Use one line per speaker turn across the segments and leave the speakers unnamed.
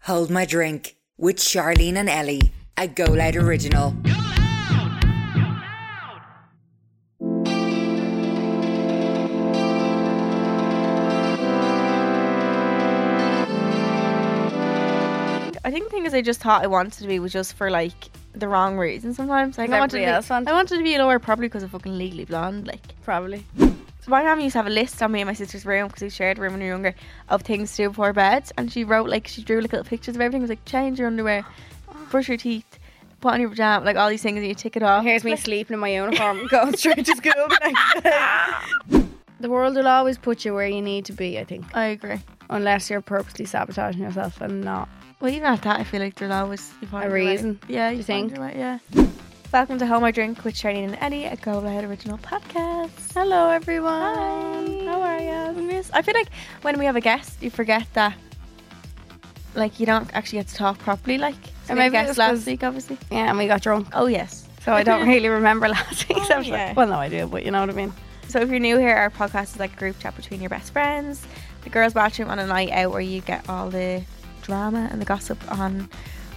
Hold My Drink with Charlene and Ellie, a Go Loud original.
I think the thing is, I just thought I wanted to be was just for like the wrong reason. Sometimes like I wanted to
Everybody
be,
else wanted-
I wanted to be a lawyer probably because of fucking Legally Blonde. Like
Probably.
so my mum used to have a list on me and my sister's room because we shared a room when we were younger of things to do before bed, and she wrote like she drew like little pictures of everything. It was like change your underwear, brush your teeth, put on your pajama, like all these things, and you tick it off.
Here's me sleeping in my uniform, going straight to school. the next day. the world will always put you where you need to be, I think,
I agree.
unless you're purposely sabotaging yourself and not.
Well, even at that, I feel like there's always you find
A
your way.
reason,
Yeah, you,
you
find
think?
your way, yeah. Welcome to Home I Drink with Charlene and Eddie, a Go Loud original podcast.
Hello, everyone.
Hi. How are you? Miss? I feel like when we have a guest, you forget that, like, you don't actually get to talk properly. Like, so
And
we had a
maybe
guest
it's
last
'cause-
week, obviously.
Yeah, and we got drunk,
Oh yes.
so I don't really remember last week's
Oh,
episode.
yeah.
Well, no, I do, but you know what I mean.
So if you're new here, our podcast is like a group chat between your best friends, the girls' bathroom on a night out where you get all the drama and the gossip on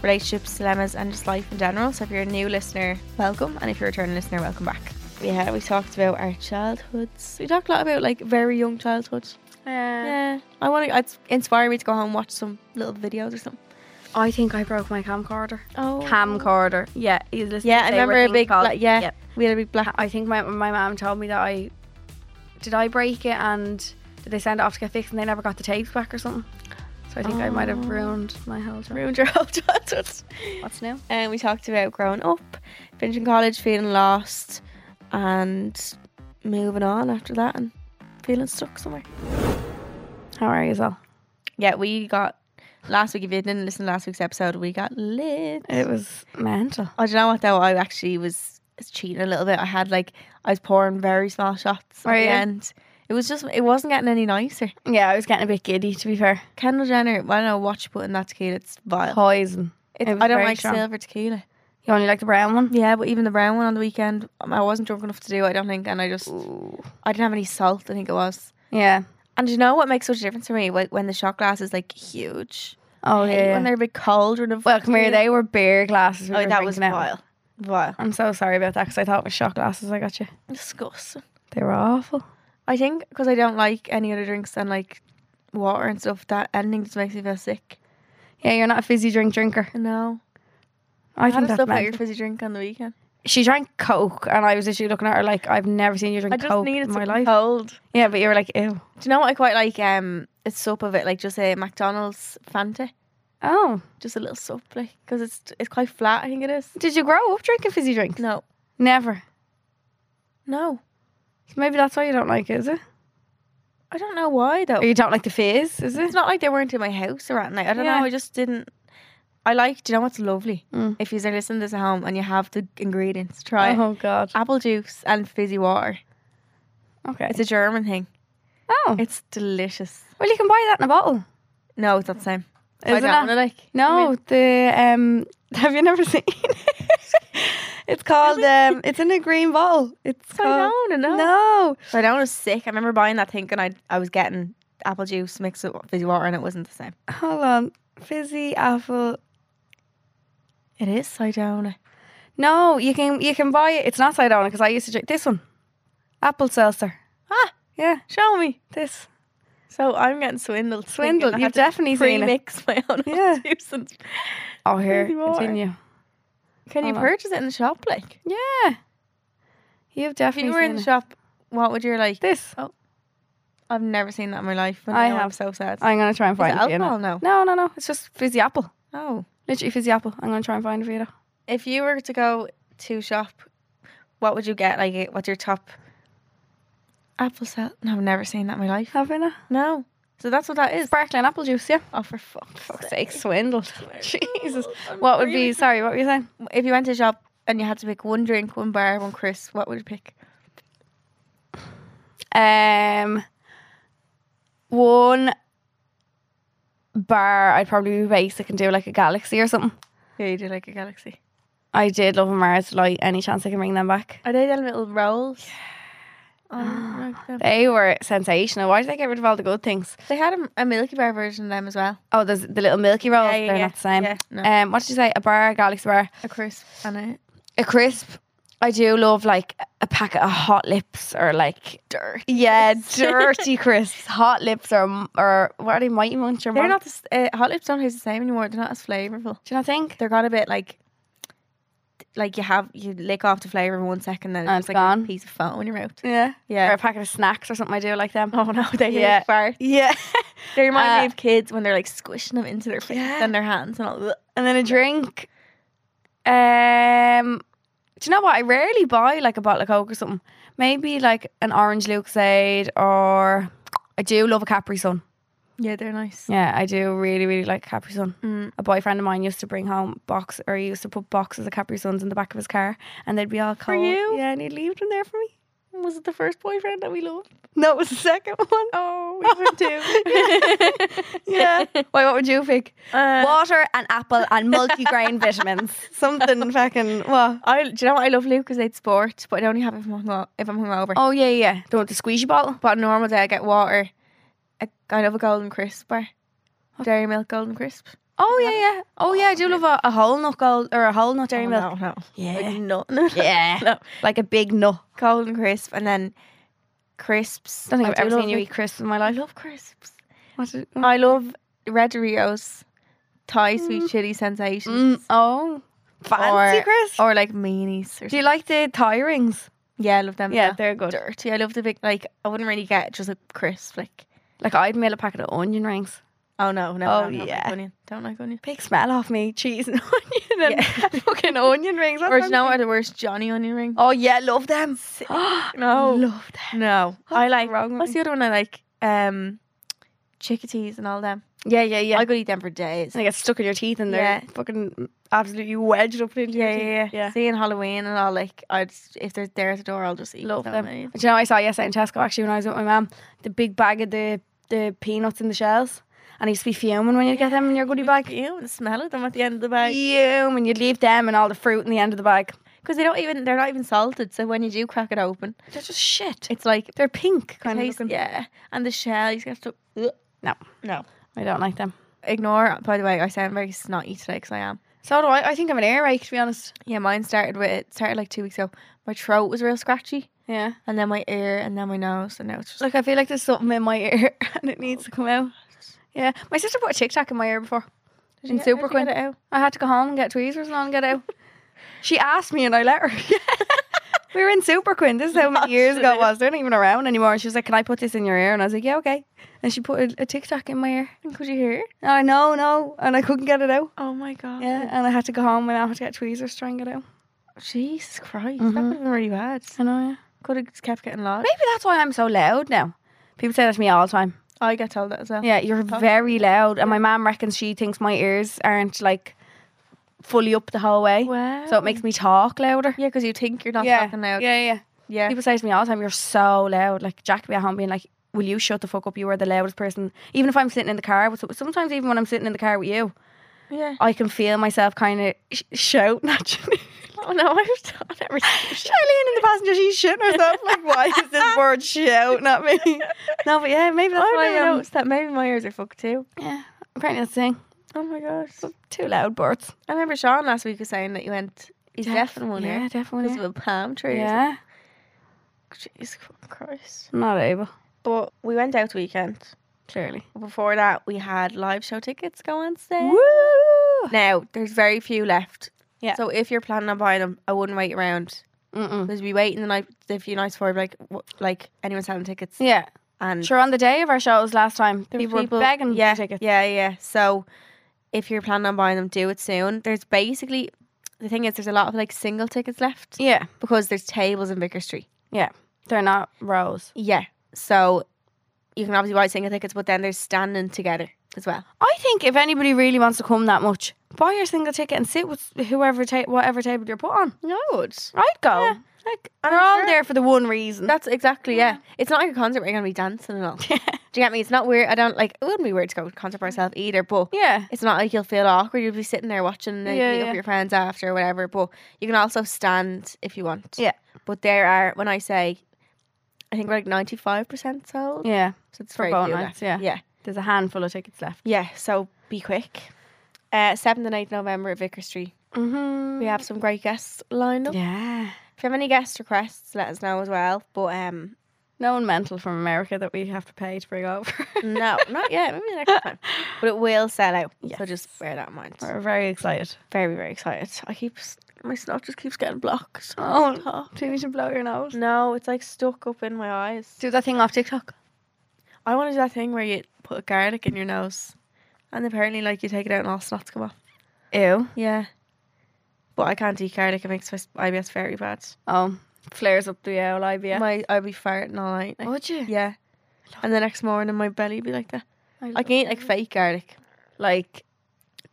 relationships, dilemmas, and just life in general. So if you're a new listener, welcome, and if you're a returning listener, welcome back. Yeah, we talked about our childhoods. We talked a lot about like very young childhoods.
Yeah.
Yeah, I want to. It's inspired me to go home and watch some little videos or something.
I think I broke my camcorder.
Oh,
Camcorder. Yeah, you listen
Yeah,
to
I
say
remember
we're
a
thing
big.
called-
Bla- yeah,
Yep.
we had a big black.
I think my my mom told me that I did I break it and did they send it off to get fixed and they never got the tapes back or something. So I think I might have
Oh.
ruined my whole job.
Ruined your whole childhood.
What's new?
And we talked about growing up, finishing college, feeling lost, and moving on after that and feeling stuck somewhere.
How are you, Zal?
Yeah, we got last week. If you didn't listen to last week's episode, we got lit.
It was mental.
Oh, do you know what though? I actually was cheating a little bit. I had like I was pouring very small shots at
Were
the
you?
end. It was just it wasn't getting any nicer.
Yeah, I was getting a bit giddy to be fair.
Kendall Jenner, I don't know what you put in that tequila. It's vile.
Poison.
It's,
it was
I don't
very
like
strong.
silver tequila.
You only like the brown one?
Yeah, but even the brown one on the weekend, um, I wasn't drunk enough to do. I don't think, and I just I didn't have any salt. I think it was.
Yeah.
And do you know what makes such a difference for me? Like when the shot glass is like huge.
Oh
I
yeah.
hate
yeah.
When they're a bit cold or
well, come here. They were beer glasses. we
Oh,
were
that was
drinking out of.
vile. Vile.
I'm so sorry about that because I thought it was shot glasses. I got you.
Disgusting.
They were awful.
I think because I don't like any other drinks than like water and stuff. That anything just makes me feel sick.
Yeah, you're not a fizzy drink drinker.
No.
I,
How
think
does
that's
stuff like
mental.
your fizzy drink on the weekend?
she drank coke, and I was literally looking at her like, I've never seen you drink
I just
coke
needed
in my
something
life.
cold. Do
Yeah, but you were like, ew.
you know what I quite like? Um, a sup of it, like just a McDonald's Fanta,
Oh,
just a little sup, like because it's it's quite flat. I think it is.
did you grow up drinking fizzy drinks?
No,
Never.
no,
So maybe that's why you don't like it, is it?
I don't know why though.
Or you don't like the fizz, is
It's
it?
not like they weren't in my house or at night. I don't
Yeah.
know. I just didn't. I like. Do you know what's lovely?
Mm.
If you are listening to this at home and you have the ingredients, try it.
Oh God.
apple juice and fizzy water.
Okay.
It's a German thing.
oh,
It's delicious.
well, you can buy that in a bottle.
No, it's not the same.
Isn't
I don't
it?
wanna, like.
No, the um, have you never seen? it's called um, it's in a green bottle. It's called.
Sidona, no.
Oh, No,
Sidona was sick. I remember buying that thing and I I was getting apple juice mixed with fizzy water and it wasn't the same.
hold on, fizzy apple.
It is Sidona.
No, you can you can buy it. It's not Sidona because I used to drink this one, apple seltzer.
Ah,
Yeah,
show me.
this.
So I'm getting swindled. thinking
Swindled.
I
You've
had to
definitely seen it.
Pre-mix my own
Yeah.
apple juice. and-
Oh, here,
Fizzy water.
continue.
Can you
Hold on.
purchase it in the shop? Like,
Yeah, you've
if
definitely
you were in
seen
Oh. the
it.
shop, what would you like?
This.
I've never seen that in my life. and
I
now I'm
have.
so sad.
I'm gonna try and
Is
find
it
it. for you now.
alcohol now?
No, no, no. It's just fizzy apple.
Oh.
Literally fizzy apple. I'm gonna try and find it for you. now.
If you were to go to shop, what would you get? Like, eh, what's your top apple cell? No, I've never seen that in my life.
Have you now?
No. So that's what that is.
er Sparkling apple juice. Yeah.
Oh, for fuck's
Fuck's
sake.
sake, swindled. Jesus.
I'm
What would
really-
be? Sorry, what were you saying?
If you went to a shop and you had to pick one drink, one bar, one crisp, what would you pick?
Um, one bar. I'd probably be basic and do like a galaxy or something.
Yeah, you do like a galaxy.
I did love a Mars Light. Any chance I can bring them back?
Are they them little rolls?
Ah.
Oh, no.
They were sensational. Why did they get rid of all the good things?
They had a, a Milky Bar version of them as well.
Oh, there's the little Milky Rolls.
Yeah, yeah,
They're
yeah.
not the same.
Yeah, no.
Um, what did you say? A bar, a galaxy bar,
A crisp on it.
a crisp. I do love like a packet of hot lips or like dirt. Yeah, dirty crisps. Hot lips or or what are they? Mighty Munch or
They're
Mon-
not the, s- uh, hot lips don't taste the same anymore. They're not as flavorful.
Do you not think?
They're got a bit like like you have you lick off the flavor in one second, then
And
it's
it's
like
gone.
a piece of foam in your mouth.
Yeah,
Yeah.
Or a packet of snacks or something. I do like them.
Oh no, they
Yeah.
yeah. far.
Yeah,
They remind me
Uh,
of kids when they're like squishing them into their face
Yeah.
and their hands and all. Blech.
and then a drink. Um, do you know what? I rarely buy like a bottle of Coke or something. Maybe like an orange Lucasade or I do love a Capri Sun.
Yeah, they're nice.
Yeah, I do really really like Capri Sun.
Mm.
A boyfriend of mine used to bring home box or he used to put boxes of Capri Suns in the back of his car, and they'd be all cold.
you?
Yeah, and he'd leave them there for me.
Was it the first boyfriend that we loved?
No, it was the second one.
Oh, we would too.
yeah. Why? What would you pick?
Uh,
Water and apple and multigrain vitamins. Something fucking what?
I, do you know what I love Lucas Aid Sport, but I only have it if I'm, hungo- if I'm hungover.
Oh yeah, yeah. The one with the squeezy bottle.
But on a normal day, I get water. I, I love a golden crisp bar. Dairy milk golden crisp.
Oh yeah, yeah. Oh yeah, I do love a, a whole nut gold or a whole nut dairy milk.
No, no.
Yeah,
Like, no, no, no.
yeah.
No.
Like a big nut.
Golden crisp and then crisps.
Don't think
I
I've ever
do
seen you
love-
eat crisps in my
I
life.
love crisps. I love Red Doritos, Thai sweet chili sensations.
Mm, oh, fancy
or,
crisps.
Or like meanies. Or
do you like the tie rings?
yeah, I love them.
Um, Yeah,
as
they're
well.
good.
dirty. I love the big, like, I wouldn't really get just a crisp. Like,
Like I'd mail a packet of onion rings.
oh no, no.
Oh,
no, don't
yeah.
Like onion. Don't like onion.
Big smell off me, cheese and onion and fucking onion rings.
Or do you know what are the worst Johnny onion ring?
Oh yeah, love them.
No.
love them.
No, I like.
wrong with
what's
me?
the other one I like? Um, chickadees and all them.
Yeah, yeah, yeah.
I could eat them for days.
and they get stuck in your teeth and they're
Yeah.
fucking absolutely wedged up into your
Yeah,
teeth.
yeah, yeah.
yeah.
Seeing Halloween and all, like, I just if they're there at the door, I'll just eat
Love
so
them.
many.
Do you know what I saw yesterday in Tesco actually when I was with my mum? The big bag of the, the peanuts in the shells. And I used to be fuming when you get them in your goodie bag.
You and the smell of them at the end of the bag
Fuming. You'd leave them and all the fruit in the end of the bag.
because they don't even they're not even salted. So when you do crack it open,
They're just shit.
it's like
They're pink kind
tastes-
of looking.
yeah, and the shell you just have to
No,
no
I don't like them.
ignore. By the way, I sound very snotty today because I am.
So do I. I think I'm an earache to be honest.
Yeah, mine started with it started like two weeks ago. My throat was real scratchy,
Yeah.
and then my ear, and then my nose, and now it's just
Like I feel like there's something in my ear and it needs to come out. Yeah. My sister put a Tic Tac in my ear before.
in
In
super
Super
quick.
I had to go home and get tweezers and all and get out. She asked me and I let her. we were in Super Quinn. This is how many years ago it was. They're not even around anymore. And she was like, Can I put this in your ear? And I was like, Yeah, okay. And she put a, a tic tac in my ear.
Could you hear?
And I no, no. And I couldn't get it out.
Oh my god!
Yeah. And I had to go home and I had to get tweezers to try and get it out.
Jesus Christ,
Mm-hmm.
that would have been really bad.
I know, yeah.
Could have kept getting lost.
Maybe that's why I'm so loud now. People say that to me all the time.
I get told that as well.
Yeah, you're very loud. And my mom reckons she thinks my ears aren't like fully up the whole way.
Wow.
So it makes me talk louder.
Yeah, because you think you're not talking loud.
Yeah, yeah. yeah.
Yeah.
People say to me all the time, "You're so loud." Like Jack be at home being like, "Will you shut the fuck up? You are the loudest person." Even if I'm sitting in the car, with sometimes even when I'm sitting in the car with you,
Yeah.
I can feel myself kind of sh- shouting at you.
Oh no, I've done everything.
Charlene in the passenger, she's shitting herself. Like, why is this word shouting at me? No, but yeah, maybe that's
I've
why.
never
Um,
noticed that. Maybe my ears are fucked too.
yeah, apparently that's the thing.
Oh my gosh.
Two loud birds.
I remember Sean last week was saying that you went. He's deaf in one
yeah,
ear
definitely.
because of a palm tree. or
Yeah,
something. Jesus Christ.
I'm not able.
But we went out weekend.
Clearly.
Before that, we had live show tickets go on sale.
Woo!
Now there's very few left.
Yeah.
So if you're planning on buying them, I wouldn't wait around.
Mm-mm.
Because we wait in the night, the few nights before, like w- like anyone selling tickets,
Yeah,
and
sure. On the day of our shows last time,
there was
people, were begging for
yeah,
tickets.
yeah, yeah. So if you're planning on buying them, do it soon. There's basically the thing is there's a lot of like single tickets left
yeah.
because there's tables in Vicker Street.
Yeah, they're not rows.
Yeah, so you can obviously buy single tickets, but then there's standing together as well.
I think if anybody really wants to come that much, buy your single ticket and sit with whoever ta- whatever table you're put on.
No, it's
I'd go.
Yeah.
Like oh.
I'm
we're all
sure.
there for the one reason.
That's exactly yeah. It's not like a concert where you're gonna be dancing and all. Do you get me? It's not weird. I don't like. It wouldn't be weird to go to a concert by yourself either. But
yeah,
it's not like you'll feel awkward. You'll be sitting there watching and
Yeah,
meet up
yeah.
with your friends after or whatever. But you can also stand if you want.
Yeah.
But there are when I say I think we're like ninety five percent sold.
Yeah.
So it's
For
very
boat
few
nights,
left.
yeah.
yeah,
There's a handful of tickets left.
yeah. So be quick. Uh, seventh and eighth November at Vicar Street.
Mm-hmm.
We have some great guests lined up.
Yeah.
If you have any guest requests, let us know as well. But um,
No one mental from America that we have to pay to bring over.
no, not yet. Maybe next time. But it will sell out. So
Yes.
just bear that in mind.
We're very excited.
Very very excited. I keep s- my snot just keeps getting blocked.
Oh, do you need to blow your nose?
No, it's like stuck up in my eyes.
Do that thing off TikTok.
I want to do that thing where you put garlic in your nose, and apparently, like you take it out and all snots come off.
Ew.
Yeah, but I can't eat garlic. It makes my s- IBS very bad.
Oh, flares up the owl IBS.
My I'd be farting all night. like-
Would you?
Yeah, and the next morning my belly would be like that. I can eat like fake garlic.
like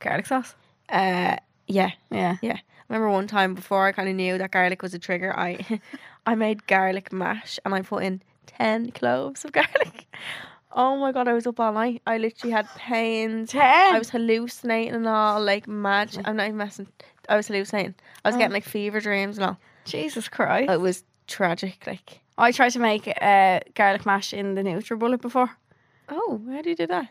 garlic sauce.
Uh, yeah.
Yeah.
I remember one time before I kind of knew that garlic was a trigger. I, I made garlic mash and I put in ten cloves of garlic. Oh my god, I was up all night. I literally had pains. I was hallucinating and all like mad. I'm not even messing. I was hallucinating. I was
Oh.
getting like fever dreams and all.
Jesus Christ.
It was tragic. Like,
I tried to make uh, garlic mash in the NutriBullet before.
oh, how do you do that?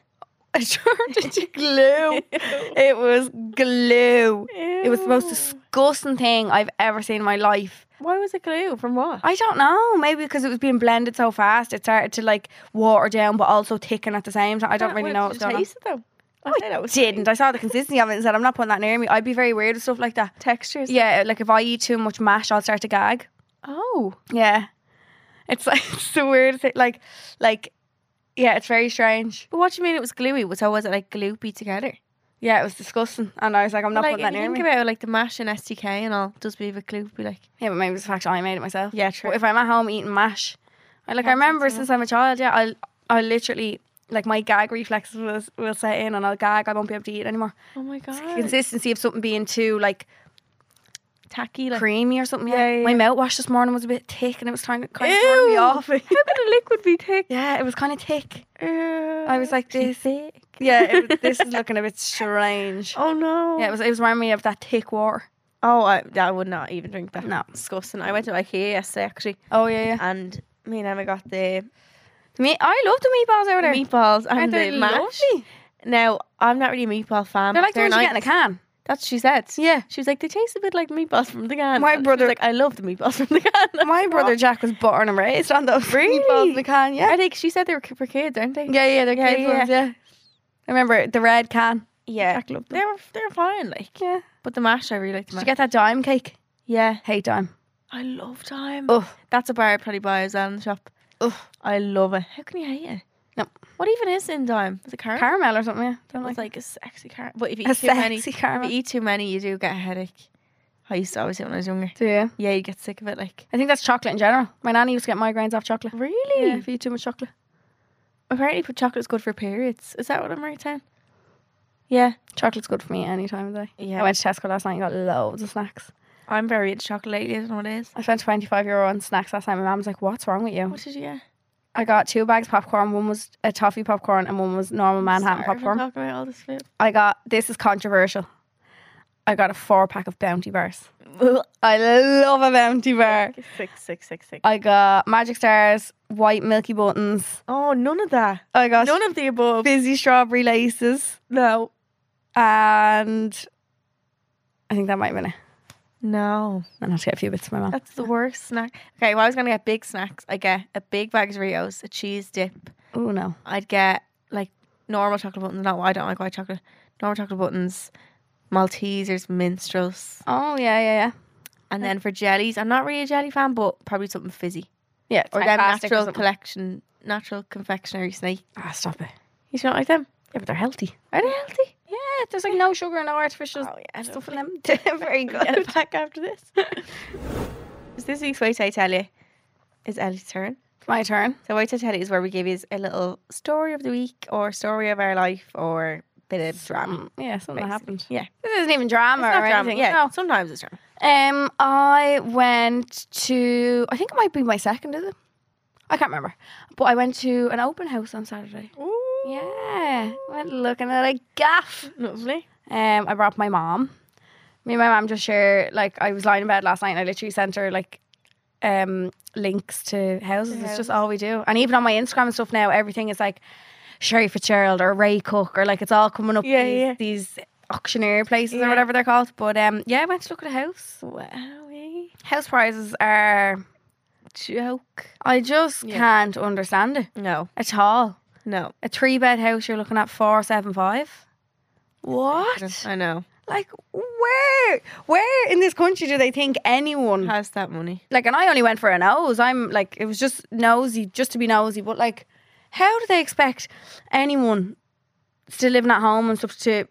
I turned into glue. it was glue. It was the most
Ew.
disgusting thing I've ever seen in my life.
Why was it glue? From what?
I don't know. Maybe because it was being blended so fast, it started to like water down, but also thicken at the same time. I don't really know
Well,
what's
did you
going on. Oh,
taste it though. I said it was
Didn't I saw the consistency of it and said I'm not putting that near me. I'd be very weird with stuff like that.
textures.
Yeah, like if I eat too much mash, I'll start to gag.
Oh.
Yeah, it's like it's the weirdest thing. Like, like, yeah, it's very strange.
But what do you mean it was gluey? So was it like gloopy together?
Yeah, it was disgusting, and I was like, I'm not
like,
putting
if
that
you
near
think
me.
about like the mash and STK and all, does be a bit gloopy like.
yeah, but maybe it's the fact I made it myself.
Yeah, true.
But if I'm at home eating mash, I like I
Can't do
remember
it.
since I'm a child. Yeah, I I literally like my gag reflexes will will set in, and I'll gag. I won't be able to eat anymore.
oh my god.
Consistency of something being too like
tacky like.
creamy or something. Yeah,
Yeah, yeah,
my
yeah.
mouthwash this morning was a bit thick, and it was trying to kind of turn me
Ew.
off.
How could a liquid be thick?
yeah, it was kind of thick.
I
I was like this.
thick.
Yeah, it was, this is looking a bit strange.
Oh no.
Yeah, it was it was reminding me of that thick water.
oh, I, I would not even drink that.
No.
Disgusting. I went to IKEA yesterday actually,
Oh yeah, yeah.
and me and Emma got the
Me, I love the meatballs over there.
meatballs and
Aren't they
the mash.
lovely?
Now I'm not really a meatball fan.
They're
but
like the ones you get in a
nice.
can.
That's what she said.
Yeah.
She was like, they taste a bit like meatballs from the can.
My
She was
brother-
like, I love the meatballs from the can.
My brother Jack was born and raised on those meatballs in a can. Yeah,
I think she said they were for kids, aren't they?
yeah, yeah. They're
Yeah,
yeah,
yeah.
ones. Yeah, I remember the red can.
yeah.
Jack loved them.
They were they're fine, like.
Yeah.
But the mash, I really like the
Did
mash.
you get that dime cake?
yeah,
Hate dime.
I love time.
Ugh.
That's a bar I'd probably buy as well in the shop.
Ugh.
I love it. How can you hate it?
No.
What even is in dime? Is it caramel?
Caramel or something. Yeah, don't like.
It's like a sexy caramel. But if you
A
eat too many,
sexy
if
caramel.
you eat too many, you do get a headache. I used to always do it when I was younger.
Do you?
Yeah, you get sick of it, like.
I think that's chocolate in general. My nanny used to get migraines off chocolate.
Really?
Yeah, if you eat too much chocolate.
Apparently, p- chocolate's good for periods. Is that what I'm right saying? Yeah,
Chocolate's good for me any time of day.
Yeah.
I went to Tesco last night and got loads of snacks.
I'm very into chocolate lately. I don't know what it is.
I spent 25 euro on snacks last night. My mom's like, What's wrong with you?
What did you get?
I got two bags of popcorn. One was a toffee popcorn and one was normal
Sorry
Manhattan
if I'm
popcorn.
Talking about all this food.
I got, this is controversial. I got a four pack of Bounty Bars. I love a Bounty Bar.
Six, six, six, six.
I got Magic Stars, white Milky Buttons.
Oh, none of that.
I got
None of the above.
fizzy strawberry laces.
No.
And I think that might have been it.
No.
Then I have to get a few bits for my mom.
That's the worst snack. Okay, well, I was going to get big snacks. I get a big bag of Rios, a cheese dip.
Oh no.
I'd get like normal chocolate buttons. Not I don't like white chocolate. Normal chocolate buttons, Maltesers, Minstrels.
Oh yeah, yeah, yeah.
And then for jellies, I'm not really a jelly fan, but probably something fizzy.
Yeah,
Or them
fantastic
natural
something.
collection, natural confectionery snake.
Ah, stop it.
You don't like them?
Yeah, but they're healthy. Oh,
Are they healthy?
Yeah, there's like no sugar and no artificial
yeah.
stuff in them. Very good.
back after this. is this week's Wait I Tell You? Is Ellie's turn.
My turn.
So Wait I Tell You is where we give you a little story of the week or story of our life or bit of drama.
Um, yeah, something that happened.
Yeah.
This isn't even drama
It's not
or
drama.
anything.
Yeah,
No.
sometimes it's drama.
Um, I went to. I think it might be my second, is it? I can't remember. But I went to an open house on Saturday.
Ooh.
Yeah, went looking at a gaff.
Lovely.
Um, I brought my mom. Me and my mom just share. Like, I was lying in bed last night, and I literally sent her like um, links to houses.
To
It's
houses.
just all we do. And even on my Instagram and stuff now, everything is like Sherry Fitzgerald or Ray Cook or like it's all coming up
Yeah,
these,
yeah.
these auctioneer places
Yeah.
or whatever they're called. But um, yeah, I went to look at a house.
Wowie.
House prices are
Joke.
I just
Yeah.
can't understand it
No.
at all.
No.
A three bed house you're looking at four seven five. What?
I know.
Like where where in this country do they think anyone
How's that money?
like and I only went for a nose. I'm like it was just nosy, just to be nosy, but like how do they expect anyone still living at home and stuff to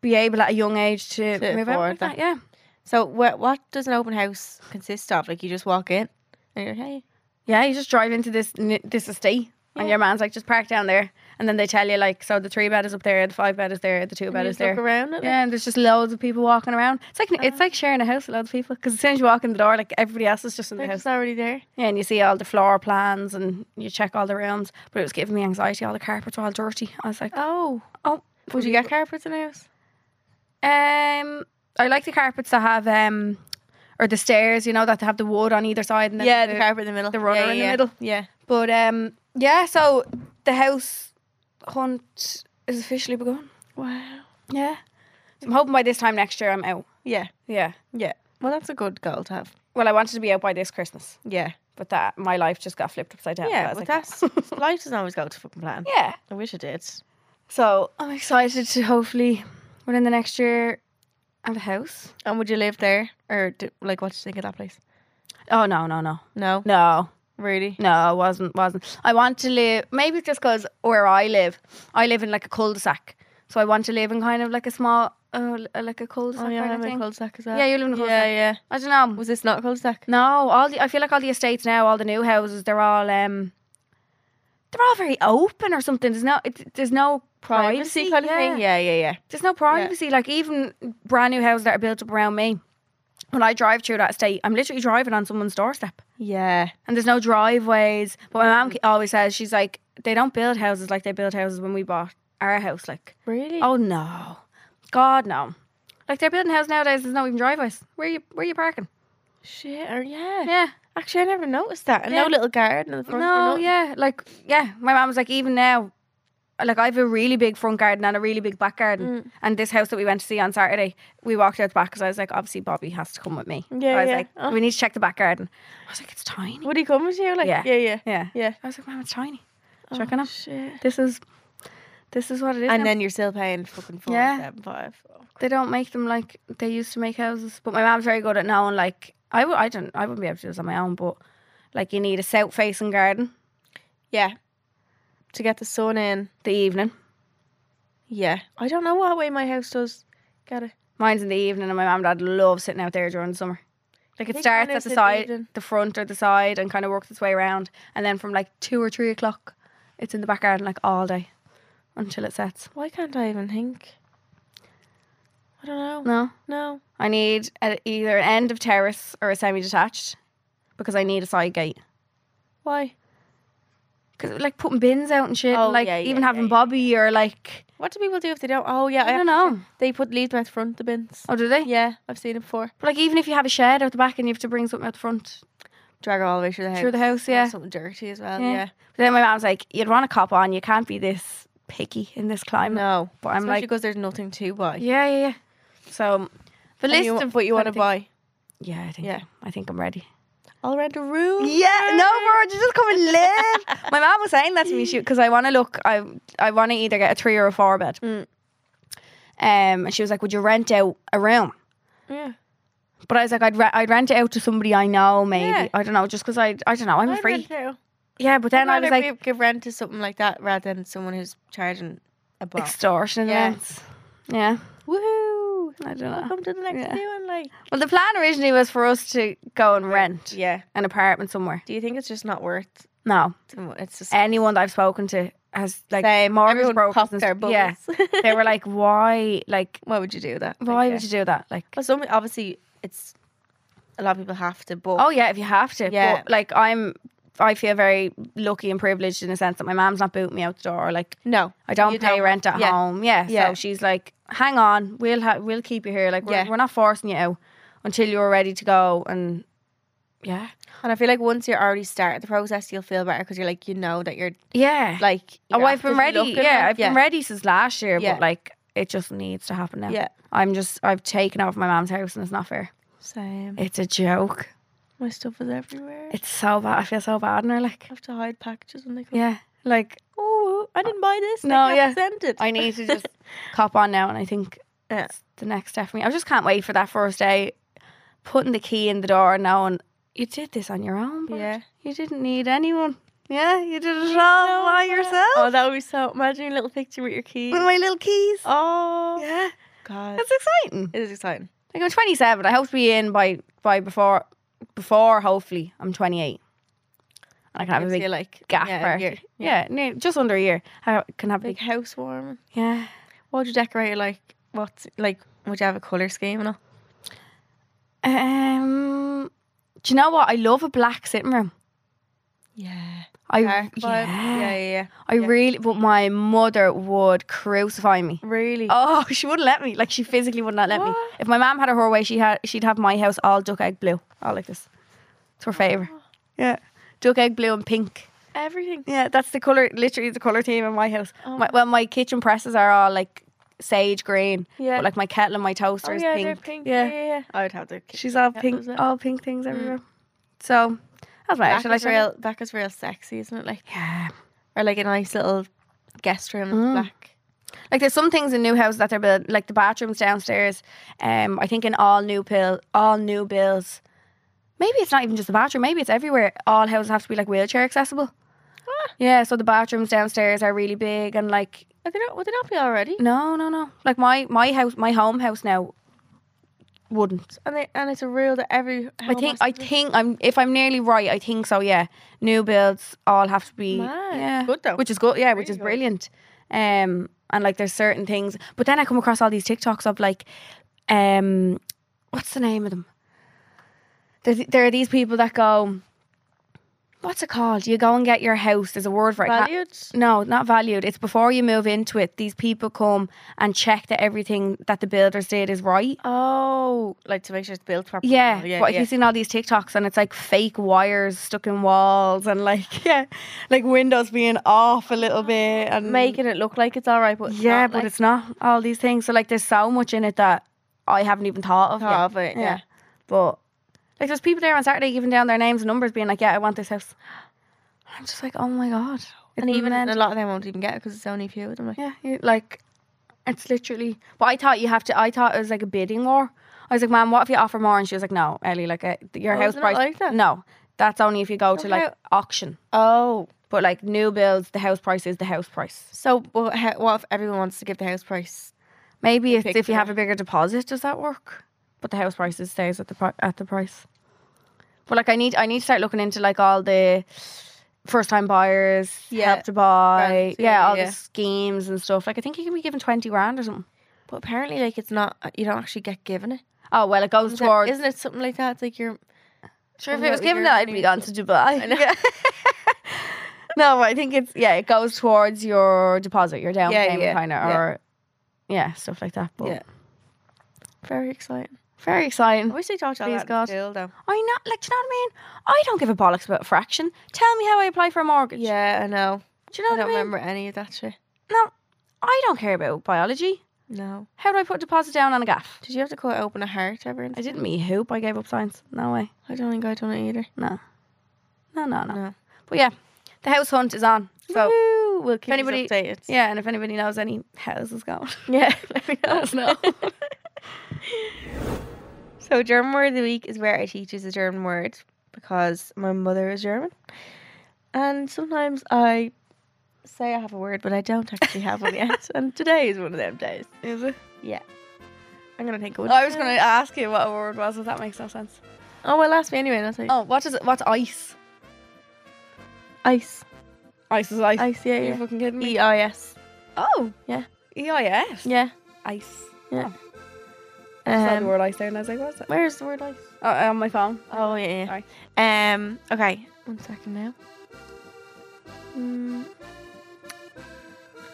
be able at a young age to,
To
move out
afford
like that?
that.
Yeah.
So what what does an open house consist of? Like you just walk in and you're like, hey.
Yeah, you just drive into this n- this estate and
Yeah.
your man's like just park down there and then they tell you like so the three bed is up there, the five bed is there, the two
and
bed
you
is
just look
there.
around at it. Uh-huh.
Yeah, and there's just loads of people walking around. It's like it's like sharing a house with loads of people because as soon as you walk in the door, like everybody else is just in the
They're
house.
just already there.
Yeah, and you see all the floor plans and you check all the rooms. But it was giving me anxiety. All the carpets were all dirty. I was like,
Oh.
oh,
Would you get carpets in the house?
um, I like the carpets that have um, or the stairs. You know that have the wood on either side and then
Yeah, the,
the-
carpet in the middle.
the runner
yeah, yeah,
in the
yeah.
middle.
Yeah.
But um, yeah. So the house hunt is officially begun.
Wow.
Yeah, so I'm hoping by this time next year I'm out.
Yeah.
Yeah.
Yeah. Well, that's a good goal to have.
Well, I wanted to be out by this Christmas.
Yeah.
but that my life just got flipped upside down.
Yeah,
I was
but
like,
that's life doesn't always go to fucking plan.
yeah.
I wish it did.
So I'm excited to hopefully within the next year have a house.
And would you live there or do, like what do you think of that place?
Oh no, no, no,
No,
no,
really.
no! It wasn't, wasn't. I want to live. Maybe it's just because where I live, I live in like a cul-de-sac, so I want to live in kind of like a small, uh, like a cul-de-sac
Oh yeah,
kind
I'm
of
in a
thing.
cul-de-sac as well.
Yeah, you live in a
Yeah,
cul-de-sac.
yeah.
I don't know.
Was this not a cul-de-sac?
No, all the I feel like all the estates now, all the new houses, they're all um, they're all very open or something. There's no, it, there's no privacy,
kind of thing. Yeah, yeah, yeah.
There's no privacy. Like even brand new houses that are built up around me. When I drive through that estate, I'm literally driving on someone's doorstep,
Yeah.
and there's no driveways. But my mom always says she's like, they don't build houses like they built houses when we bought our house. Like,
Really?
oh no, God no. Like they're building houses nowadays. There's no even driveways. Where you where you parking?
shit. Or yeah.
Yeah.
Actually, I never noticed that. And
Yeah.
no little garden in the front. or
No,
nothing.
yeah, like yeah. My mom was like, even now, like I have a really big front garden and a really big back garden,
Mm.
and this house that we went to see on Saturday, we walked out the back because I was like, obviously Bobby has to come with me.
Yeah,
I was
yeah.
like,
Oh.
we need to check the back garden. I was like, it's tiny.
Would he come with you? Like,
Yeah.
yeah, yeah.
Yeah,
yeah.
I was like, mom, it's tiny. Checking up.
Shit.
This is, this is what it is.
Oh. And
now.
then you're still paying fucking four
Yeah.
seven five.
they don't make them like they used to make houses. But my mom's very good at knowing. Like I would, I don't, I wouldn't be able to do this on my own. But like you need a south facing garden.
Yeah. To get the sun in.
The evening.
Yeah. I don't know what way my house does. Get it.
Mine's in the evening, and my mum and dad love sitting out there during the summer. Like it
Big
starts
windows
at the
in the
side,
evening.
the front or the side, and kind of works its way around. And then from like two or three o'clock, it's in the back garden like all day until it sets.
Why can't I even think? I don't know.
No,
No.
I need a, either an end of terrace or a semi-detached because I need a side gate.
Why?
Because like putting bins out and shit,
Oh,
and, like
yeah, yeah,
even
yeah,
having
yeah,
Bobby or like
What do people do if they don't? Oh yeah,
I don't
have-
know.
They put leaves out the front the bins.
Oh, do they?
Yeah, I've seen it before.
But like even if you have a shed out the back and you have to bring something out the front
Drag her all the way through the house.
through the house,
Yeah,
yeah.
something dirty as well.
Yeah.
Yeah.
But then my mum's like, "You'd want a cop on. You can't be this picky in this climate."
No,
But I'm
especially
like,
because there's nothing to buy.
Yeah, yeah, yeah. So the
And
list
you,
of
what you want
kind
to
of things-
buy.
Yeah, I think.
Yeah.
Yeah, I think I'm ready.
I'll rent a room.
Yeah, no, bro, you just come and live. My mom was saying that to me, shoot, because I want to look. I I want to either get a three or a four bed.
Mm.
Um, and she was like, "Would you rent out a room?"
Yeah.
But I was like, "I'd re- I'd rent it out to somebody I know, maybe.
Yeah.
I don't know, just because I I don't know. I'm
I'd
free.
rent it out.
Yeah, but then
I'd
I was
rather
like
give- give rent to something like that rather than someone who's charging a box.
extortion
Yeah.
events. Yeah,
Woohoo!
I don't know.
Welcome to the next
Yeah.
new one. Like,
Well, the plan originally was for us to go and rent
yeah.
an apartment somewhere.
Do you think it's just not worth?
No,
too mu- It's just
anyone that I've spoken to has like
Same.
mortgage
Everyone
brokers
popped
and
their
st- yeah
bubbles.
they were like why like
why would you do that?
why would you do that like
Well, some obviously it's a lot of people have to, but
oh yeah if you have to
Yeah.
but, like I'm I feel very lucky and privileged in the sense that my mom's not booting me out the door like
no,
I don't
you
pay rent at
yeah.
home yeah,
Yeah.
so she's like hang on we'll ha- we'll keep you here like we're,
Yeah.
we're not forcing you out until you're ready to go and Yeah.
And I feel like once you're already started the process, you'll feel better because you're like, you know that you're
Yeah. Like,
like.
oh,
you're
I've been
actively
ready.
looking
Yeah,
now.
I've been ready since last year,
Yeah.
but like, it just needs to happen now.
Yeah.
I'm just, I've taken over my mom's house and it's not fair.
Same.
It's a joke.
My stuff is everywhere.
It's so bad. I feel so bad in her. Like,
I have to hide packages when they come.
yeah. Like,
Oh, I didn't buy this.
No,
No,
yeah.
yeah. Send it.
I need to just cop on now, and I think
Yeah.
it's the next step for me. I just can't wait for that first day, putting the key in the door, and knowing you did this on your own. Bert.
Yeah.
you didn't need anyone. Yeah, you did it all by yourself
Oh, that would be so. Imagine your little picture with your keys.
with my little keys.
Oh,
Yeah,
God.
that's exciting.
It is exciting.
Like I'm 27. I hope to be in by by before before hopefully I'm 28, and I can have a
Gives you,
big
like
gaff
yeah,
party.
your- yeah.
Yeah, near, just under a year. I can have a
Big
big
house warm.
yeah.
What would you decorate? Like what's like? Would you have a color scheme and all?
Um, do you know what? I love a black sitting room.
Yeah.
I
Dark vibe.
yeah.
Yeah. yeah, yeah,
I really, but my mother would crucify me.
Really.
Oh, she wouldn't let me. Like she physically would not let me.
What?
If my mom had it her way, she had she'd have my house all duck egg blue, all like this. It's her favorite.
Oh.
Yeah, duck egg blue and pink.
Everything.
Yeah, that's the color. Literally the color theme in my house.
Oh.
My, well, my kitchen presses are all like sage green.
Yeah.
but like my kettle and my
Oh
toaster is
yeah,
pink.
they're pink.
Yeah.
Yeah. yeah, yeah. I would have the.
She's all
Yeah,
pink,
those are-
all pink things everywhere. So that's
Mm.
my
Back
extra
is
life.
real. Back is real sexy, isn't it? Like
Yeah.
or like a nice little guest room with black.
Like there's some things in new houses that they're built, like the bathrooms downstairs. Um, I think in all new pill, all new bills. Maybe it's not even just the bathroom. Maybe it's everywhere. All houses have to be like wheelchair accessible.
Ah.
Yeah, so the bathrooms downstairs are really big and like
Are they not? Would they not be already?
no, no, no. Like my my house, my home house now wouldn't.
And they, and it's a rule that every.
I think I think I'm if I'm nearly right, I think so. Yeah, new builds all have to be
Mad.
yeah,
Good though.
which is good. Yeah, which
Really
is
good.
brilliant. Um, and like there's certain things, but then I come across all these TikToks of like, um, what's the name of them? There, there are these people that go, what's it called? You go and get your house. There's a word for it. I can't-
valued.
no, not valued. It's before you move into it. These people come and check that everything that the builders did is right.
Oh, like to make sure it's built properly.
Oh, Yeah,
yeah,
but
yeah.
you've seen all these TikToks and it's like fake wires stuck in walls and like yeah, like windows being off a little bit and
making it look like it's all right, but it's
Oh, yeah,
not,
but
like,
it's not all these things. So like, there's so much in it that I haven't even thought of.
thought
yet.
of it, yeah.
but like there's people there on Saturday giving down their names and numbers, being like, "Yeah, I want this house." I'm just like, "Oh my god!" It's
and even
mad.
a lot of them won't even get it because it's only a few of them. Like,
Yeah, you, like it's literally. But I thought you have to. I thought it was like a bidding war. I was like, "Ma'am, what if you offer more?" And she was like, "No, Ellie, like uh, your
Oh,
house
is it not
price.
like that?
No, that's only if you go to
So
like
how-
auction.
oh,
But like new builds, the house price is the house price.
so well, he- what if everyone wants to give the house price?
Maybe it's
pick
if you
the-
have a bigger deposit, does that work? But the house price is- stays at the pri- at the price. But like, I need I need to start looking into like all the first time buyers,
Yeah,
help to buy,
grants,
yeah,
yeah,
all
yeah.
the schemes and stuff. Like, I think you can be given twenty grand or something.
But apparently, like, it's not uh, you don't actually get given it.
Oh well, it goes
Is that-
towards
Isn't it something like that? It's like you're
Sure, if
Well,
it was
you're
given that, I'd be
really-
gone to Dubai.
I know.
Yeah. no, but I think it's yeah, it goes towards your deposit, your down
Yeah,
payment,
yeah,
kind of,
yeah.
or yeah, stuff like that. But
Yeah. very exciting.
very exciting.
I wish they taught you all
Please
that in
God.
school, though.
I not like, do you know what I mean? I don't give a bollocks about fraction. Tell me how I apply for a mortgage.
Yeah, I know.
do you know
I
what I,
don't
mean?
remember any of that shit.
No, I don't care about biology.
No.
How do I put a deposit down on a gaff?
Did you have to cut open a heart ever? in
I didn't meet hoop. I gave up science. No way.
I don't think I done it either.
No, no, no, no.
No.
But yeah, the house hunt is on. So
Woo! we'll keep
anybody-
anybody, updated.
yeah, and if anybody knows any houses going.
yeah. Let me know.
us know.
So German word of the week is where I teach is a German word because my mother is German, and sometimes I say I have a word, but I don't actually have one yet. And today is one of them days.
Is it?
I'm gonna think of one.
I was going to ask you what a word was, but that makes no sense.
Oh well, ask me anyway. And I'll tell you.
Oh, what is it? What's ice?
Ice.
Ice is ice.
Ice.
Are you
Yeah.
fucking kidding
yeah.
me?
E I S.
oh,
Yeah.
E I S.
Yeah.
Ice. I saw the
Um,
word ice there, and I was like, "What's that?"
where's the word ice?
Oh, on my phone.
Oh yeah. yeah.
Sorry.
Um. Okay. One second now. Mm,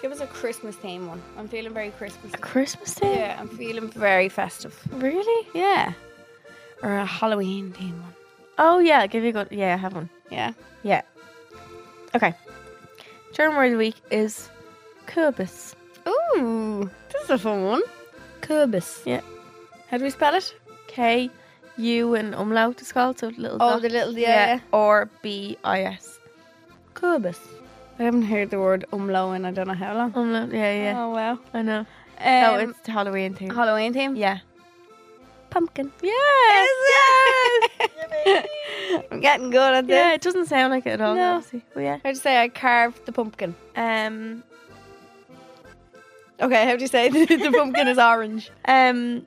Give us a Christmas theme one. I'm feeling very Christmas.
a Christmas day.
Yeah, I'm feeling very festive.
Really?
Yeah. Or a Halloween theme one.
Oh yeah, give you a good. Yeah, I have one.
Yeah.
Yeah. Okay. German word of the week is Kürbis.
Ooh, this is a fun one. Kurbis.
Yeah.
How do we spell it?
K U and umlaut is called, so little.
Oh,
dot.
the little yeah.
Or B I S.
Kurbis. I haven't heard the word umlo in I don't know how long.
Umlaut. Yeah, yeah.
Oh Um, wow. Um,
I know. no, it's the Halloween thing.
Halloween theme.
yeah.
Pumpkin.
Yes.
Yes. I'm getting good at this.
Yeah, it doesn't sound like it at all.
No.
Obviously. But yeah.
How'd you say I carved the pumpkin?
Um.
Okay, how'd you say the, the pumpkin is orange?
Um.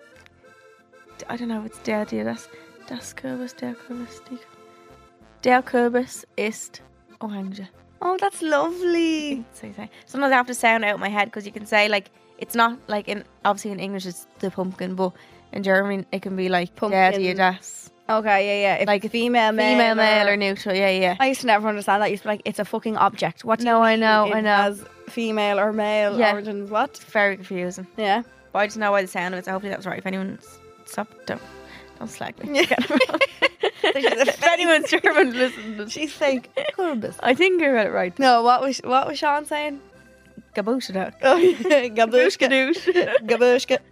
d- I don't know. It's der dir das das Kürbis der Kürbis die der Kürbis ist Orange.
Oh, that's lovely.
So you say. Sometimes I have to sound out my head because you can say like it's not like in obviously in English it's the pumpkin, but in German it can be like
Pumpkin.
pumpkin. das
Okay, yeah, yeah. If
Like,
like female, male,
female, male, or neutral. Yeah, yeah.
I used to never understand that. I used to be like, it's a fucking object. What? Do
No,
you
I
mean
know, I
it
know.
As female or male
Yeah.
origin? What?
It's very confusing.
Yeah.
But I just know why the sound of it. So hopefully that's right. If anyone s- stop, don't don't slag me.
Yeah.
if anyone's German, listen. to-
She's like, Corbus.
I think I read it right.
No, what was what was Sean saying?
Gabushka.
Oh, yeah,
Gabushka.
Gabushka.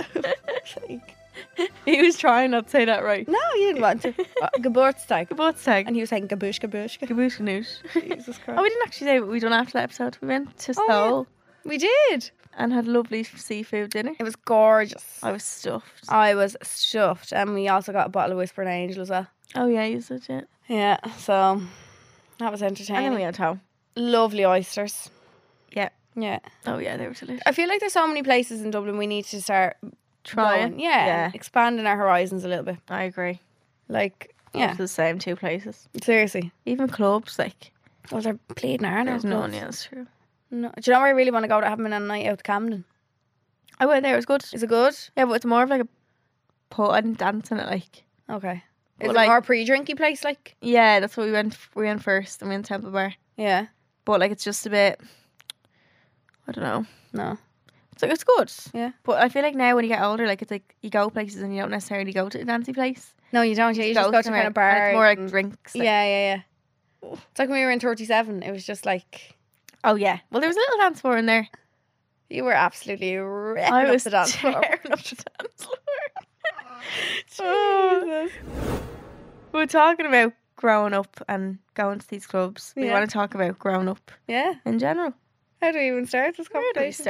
He was trying not to say that right.
no, you didn't want to. Uh, Geburtstag.
Gabushka.
And he was saying gabush, gabushka.
Gabushka.
Jesus
Oh, we
Christ.
didn't actually say what we done after that episode. We went to
Oh,
Seoul.
yeah. we did.
and had lovely seafood dinner.
It was gorgeous.
I was stuffed.
I was stuffed, and we also got a bottle of Whispering Angel as well.
Oh yeah, you said it.
Yeah, so that was
And
entertaining.
then we had home.
Lovely oysters.
Yeah.
Yeah.
Oh yeah, they were delicious.
I feel like there's so many places in Dublin we need to start
Trying.
going. Yeah.
Yeah.
Expanding our horizons a little bit.
I agree.
Like, yeah.
It's the same two places.
Seriously.
Even clubs, like
Well, they're bleeding our
there's
nose.
no one else. True.
No. Do you know where I really want to go that haven't been on a night out to Camden?
I went there. It was good.
Is it good?
Yeah, but it's more of like a pub. I didn't dance in it. Like
Okay. Is
Well,
it
like-
more pre drinky place like?
yeah, that's what we went. We went first, and we went to Temple Bar.
Yeah.
But like it's just a bit. I don't know.
No.
It's like it's good.
Yeah.
But I feel like now when you get older, like it's like you go places and you don't necessarily go to a dancey place.
No, you don't. Yeah, you just go to
somewhere
kind
and
of bar.
It's more like drinks. like-
Yeah, yeah, yeah. It's like when we were in 37, it was just like,
Oh yeah. Well, there was a little dance floor in there.
you were absolutely ripping
I
up
was
the dance floor.
tearing up the dance floor. we were talking about growing up and going to these clubs. We
Yeah.
want to talk about growing up
Yeah.
in general.
How do we even start this
Where do we
conversation?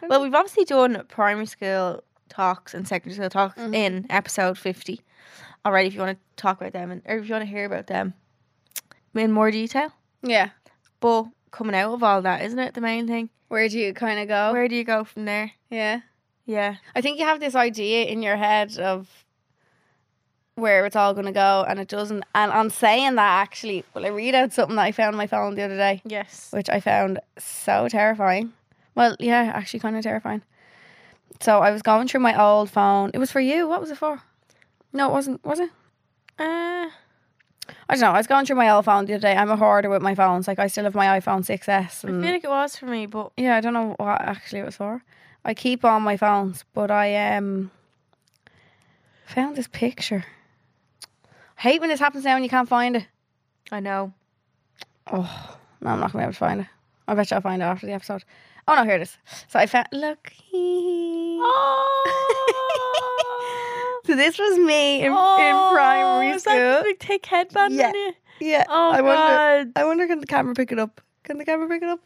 start? Well, we've obviously done primary school talks and secondary school talks
Mhm.
in episode fifty. All right, if you want to talk about them and or if you want to hear about them in more detail,
Yeah.
but coming out of all that, isn't it the main thing?
Where do you kind of go?
Where do you go from there?
Yeah.
Yeah,
I think you have this idea in your head of where it's all going to go and it doesn't. And on saying that, actually, well, I read out something that I found on my phone the other day,
yes,
which I found so terrifying. Well, yeah, actually, kind of terrifying. So I was going through my old phone. It was for you. What was it for? No, it wasn't. Was it?
uh,
I don't know. I was going through my old phone the other day. I'm a hoarder with my phones. Like I still have my iPhone 6S.
I
And
feel like it was for me, but
Yeah, I don't know what actually it was for. I keep all my phones, but I um found this picture. hate when this happens now and you can't find it.
I know.
Oh no, I'm not gonna be able to find it. I bet you I'll find it after the episode. Oh no, here it is. So I found look.
Oh,
So this was me in, in primary
is that the
school.
big thick headband?
Yeah.
on you?
Yeah.
Oh
I wonder
god.
I wonder can the camera pick it up? Can the camera pick it up?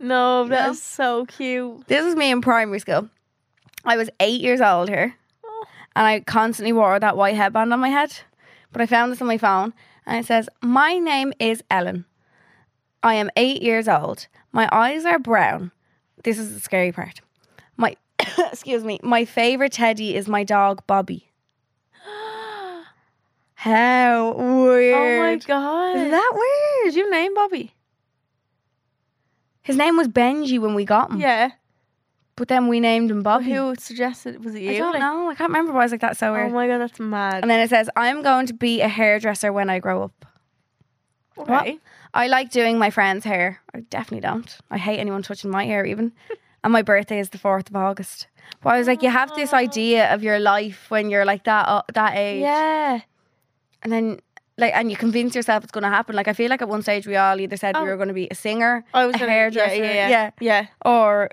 No,
No.
that's so cute.
This was me in primary school. I was eight years old here. and I constantly wore that white headband on my head. But I found this on my phone, and it says, "My name is Ellen. I am eight years old. My eyes are brown. This is the scary part. My excuse me. My favorite teddy is my dog Bobby. How
Oh my
weird!
god.
is that
Did
weird?
you name Bobby?
His name was Benji when we got him,
Hmm. Yeah. Hmm.
but then we named him Bobby.
Who suggested was it you?
I don't
Like-
know. I can't remember why I was like that so weird.
Oh my god, that's mad.
and then it says, "I'm going to be a hairdresser when I grow up."
okay.
I like doing my friend's hair. I definitely don't. I hate anyone touching my hair even. And my birthday is the 4th of August. But I was like, you have this idea of your life when you're like that uh, that age.
Yeah.
And then like and you convince yourself it's going to happen. Like I feel like at one stage we all either said
Oh.
we were going to be a singer,
I Oh, was
a
gonna,
hairdresser,
Yeah, yeah, yeah. yeah.
or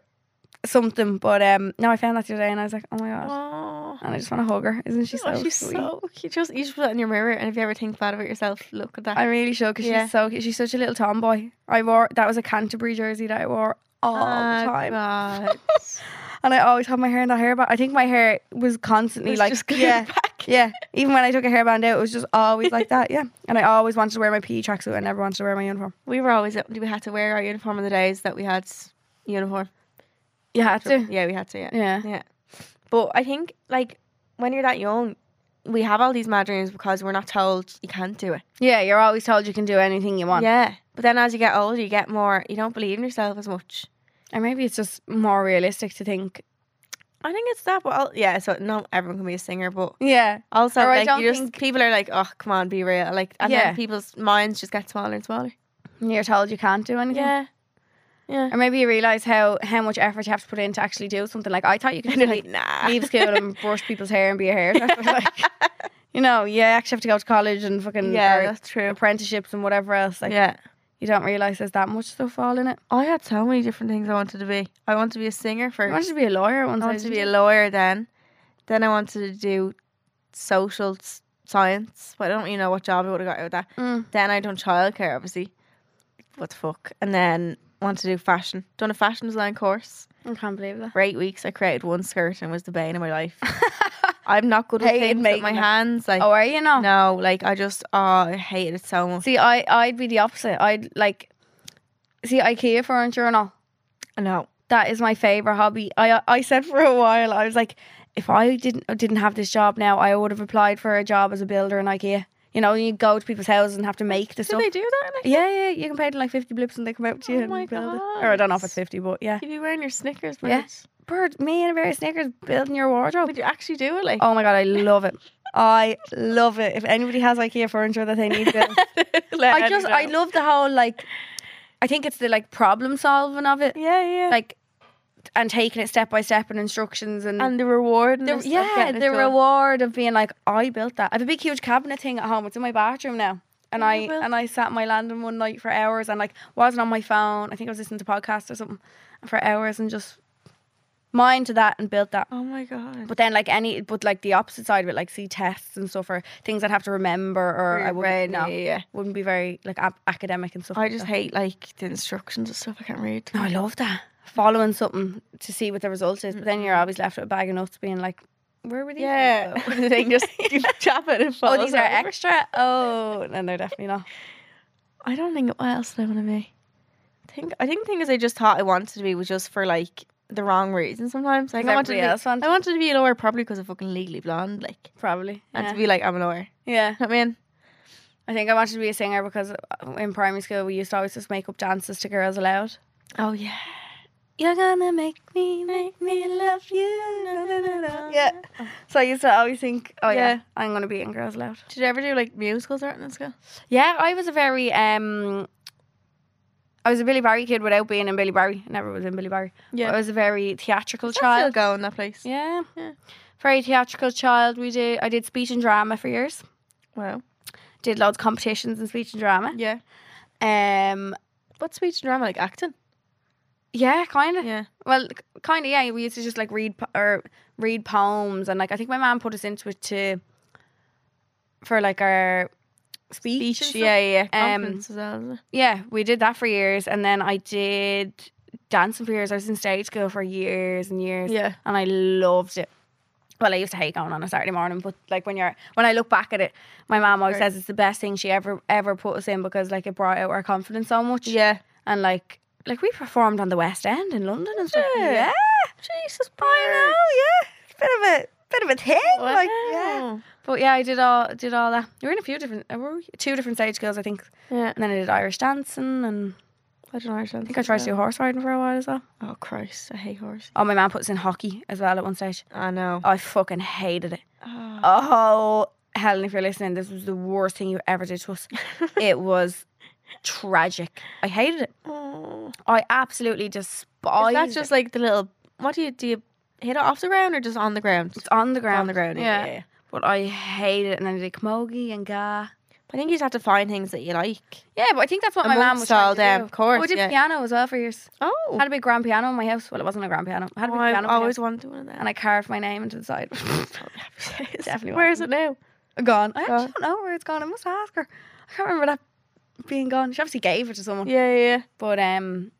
something. But um, no, I found that today, and I was like, oh my god,
Aw.
and I just want to hug her. Isn't she so
oh, she's
sweet?
so cute. Just, you should put that in your mirror, and if you ever think bad about yourself, look at that.
I really should because
Yeah.
she's so cute. She's such a little tomboy. I wore that was a Canterbury jersey that I wore all
Ah,
the time,
God.
and I always had my hair in that hairband. I think my hair was constantly
It's
like
just going
yeah.
back.
Yeah, even when I took a hairband out, it was just always like that. Yeah, and I always wanted to wear my PE tracksuit. I never wanted to wear my uniform.
We were always we had to wear our uniform on the days that we had s- uniform.
You had to.
Yeah, we had to. Yeah.
Yeah.
But I think like when you're that young, we have all these mad dreams because we're not told you can't do it.
Yeah, you're always told you can do anything you want.
Yeah. But then as you get older, you get more. You don't believe in yourself as much.
Or maybe it's just more realistic to think.
I think it's that. Well, yeah. So not everyone can be a singer, but
Yeah.
also
Or I
like
don't
you just
think-
people are like, oh, come on, be real. Like, and
Yeah.
then people's minds just get smaller and smaller.
You're told you can't do anything.
Yeah. Yeah.
Or maybe you realise how, how much effort you have to put in to actually do something. Like I thought you could
And they're
just
like,
leave,
nah.
leave school and brush people's hair and be a hairdresser. like, you know, you actually have to go to college and fucking
yeah,
or
that's true.
apprenticeships and whatever else. Like
yeah.
you don't realise there's that much stuff all in it.
I had so many different things I wanted to be. I wanted to be a singer
I
first.
wanted to be a lawyer once.
I wanted to be a lawyer then. Then I wanted to do social s- science, but I don't really know what job I would have got out of that.
Mm.
Then I done childcare, obviously. What the fuck? And then wanted to do fashion. Done a fashion design course
I can't believe that.
for eight weeks. I created one skirt and it was the bane of my life. I'm not good with
Hated
things with
making
my
it.
hands. Like
Oh, are you not?
no, like I just oh, I hated it so much.
See, I I'd be the opposite. I'd like see IKEA furniture and all.
No,
That is my favorite hobby. I I said for a while I was like, if I didn't didn't have this job now, I would have applied for a job as a builder in IKEA. You know, you go to people's houses and have to make
do
the stuff.
they do that? Like,
yeah, yeah, you can pay them like fifty blips and they come out to you
Oh
and
my
build it. Or I don't know if it's
God.
fifty, but yeah.
you be wearing your Snickers, but
Yeah. Bird, me and a pair of Snickers building your wardrobe.
would you actually do it? Like
Oh my god, I love it. I love it. If anybody has IKEA furniture that they need built,
Let
I just
me
I
know.
love the whole like I think it's the like problem solving of it.
yeah, yeah.
Like and taking it step by step and instructions and,
and the reward. And
the,
stuff
yeah,
getting it
the
done.
reward of being like, I built that. I have a big huge cabinet thing at home. It's in my bathroom now. And
Oh,
I
you built
and I sat in my landing one night for hours and like wasn't on my phone. I think I was listening to podcasts or something for hours and just mind to that and built that.
Oh my god.
But then like any but like the opposite side of it, like see tests and stuff or things I'd have to remember or I wouldn't
no.
know. Wouldn't be very like ap- academic and stuff.
I
like
just
that.
hate like the instructions and stuff. I can't read.
No, I love that. Following something to see what the result is, but then you're always left with a bag of nuts being like, where were these?
Mm-hmm. Yeah,
ones,
the thing just you chop it and
though?
falls
Oh, these are
over.
extra. Oh, and they're definitely not.
I don't think. What else did I want to be? I think. I think the thing is, I just thought I wanted to be was just for like the wrong reason. Sometimes, like
'Cause
I wanted, to
everybody
be-
else wanted
I wanted to be a lawyer probably because of fucking Legally Blonde, like,
Probably.
and
Yeah.
to be like I'm a lawyer.
yeah,
I mean,
I think I wanted to be a singer because uh, in primary school we used to always just make up dances to Girls Aloud.
oh yeah,
You're gonna make me, make me love you. na, na, na, na. Yeah. So I used to always think, oh yeah,
Yeah.
I'm gonna be in Girls Aloud.
Did you ever do like musicals or anything in school?
Yeah, I was a very um I was a Billy Barry kid without being in Billy Barry. I never was in Billy Barry.
Yeah.
But I was a very theatrical
Still
child.
go in that place.
Yeah.
Yeah.
Very theatrical child. We did I did speech and drama for years.
Wow.
Did loads of competitions in speech and drama.
Yeah.
Um
But speech and drama, like acting.
yeah, kind of.
Yeah.
Well, kind of yeah, we used to just like read po- or read poems and like I think my mom put us into it to for like our speech. and
Speech.
stuff.
Yeah, yeah. yeah.
Um,
Confidence as well, isn't it?
Yeah, we did that for years, and then I did dancing for years. I was in stage school for years and years,
Yeah.
and I loved it. Well, I used to hate going on a Saturday morning, but like when you're when I look back at it, my mom always
Right.
says it's the best thing she ever ever put us in because like it brought out our confidence so much.
Yeah.
and like like we performed on the West End in London and stuff.
Yeah.
Jesus, I know. Yeah, it's a bit of a bit of a thing. Like yeah,
Wow.
but yeah, I did all did all that. We were in a few different, uh, were we? two different stage schools, I think.
Yeah.
And then I did Irish dancing, and
I don't understand.
I think I tried to do horse riding for a while as well.
Oh Christ, I hate horse.
Oh, my man puts in hockey as well at one stage.
I know.
I fucking hated it.
Oh.
Oh, Helen, if you're listening, this was the worst thing you ever did to us. it was tragic. I hated it. I absolutely despised.
Is that
it.
just like the little? What do you do? You hit it off the ground or just on the ground?
It's on the
It's
ground?
on the ground. Yeah. yeah. yeah.
But I hated it, and then I did camogie and ga.
I think you just have to find things that you like.
Yeah, but I think that's what my mum
Amongst
was trying
all
to
them,
do.
of course,
Oh, I did
yeah.
piano as well for years.
Oh,
I had a big grand piano in my house. Well, it wasn't a grand piano. I had a big
I've
piano
always
in my house,
wanted one of them.
and I carved my name into the side.
Definitely. Where is it now?
gone. I actually
Gone.
don't know where it's gone. I must ask her. I can't remember that being gone. She obviously gave it to someone.
Yeah, yeah.
But um,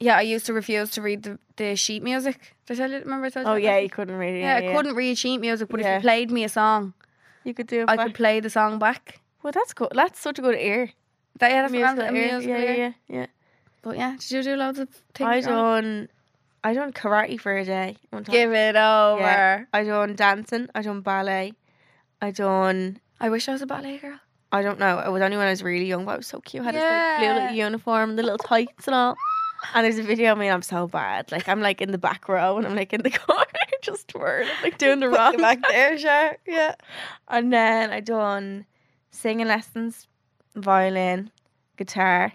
yeah, I used to refuse to read the, the sheet music. Did I tell you? Remember I told you?
Oh
about
yeah,
that?
you couldn't really.
Yeah, I couldn't read sheet music, but if
Yeah.
you played me a song,
You could do. It
I
back.
could play the song back.
Well, that's good. That's such a good ear.
That yeah, that's
Musical
musical,
ear.
musical
yeah, yeah,
ear.
yeah, yeah.
But yeah, did you do loads of things?
I
growing up?
done. I done karate for a day. One time.
Give it over.
Yeah. I done dancing. I done ballet. I done.
I wish I was a ballet girl.
I don't know. It was only when I was really young, but I was so cute. I had this like, blue
Yeah.
little uniform, the little tights and all. And there's a video of me, and I'm so bad. Like I'm like in the back row, and I'm like in the corner, just twirling, like doing the wrong.
back there, sure. Yeah.
And then I done singing lessons, violin, guitar.
Do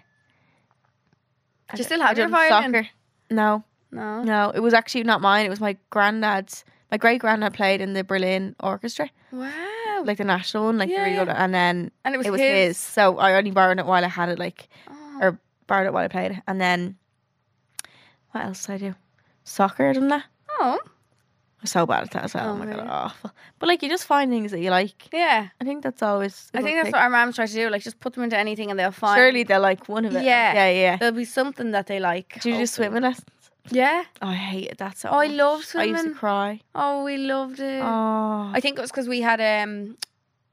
I
you
d-
still
I
have your
done
violin?
Soccer. No,
No.
no, it was actually not mine. It was my granddad's. My great granddad played in the Berlin Orchestra,
Wow.
like the national one, like
Yeah,
the really
yeah.
good. one, And then
and it was
it was
his.
his, so I only borrowed it while I had it. Like
Oh.
or borrowed it while I played it. And then what else did I do? Soccer, didn't I?
Oh.
I'm so bad at that as well.
Oh,
oh my god,
really?
awful. But like you just find things that you like.
Yeah.
I think that's always. a
I
good
think that's
thing.
what our moms try to do. Like, just put them into anything and they'll find.
Surely they're like one of it.
Yeah.
yeah, yeah.
There'll be something that they like.
Do you do
hopefully.
swimming lessons?
Yeah.
Oh, I hated that so.
Oh, I
much.
love
I used
swimming.
to cry.
Oh, we loved it.
Oh,
I think it was because we had um,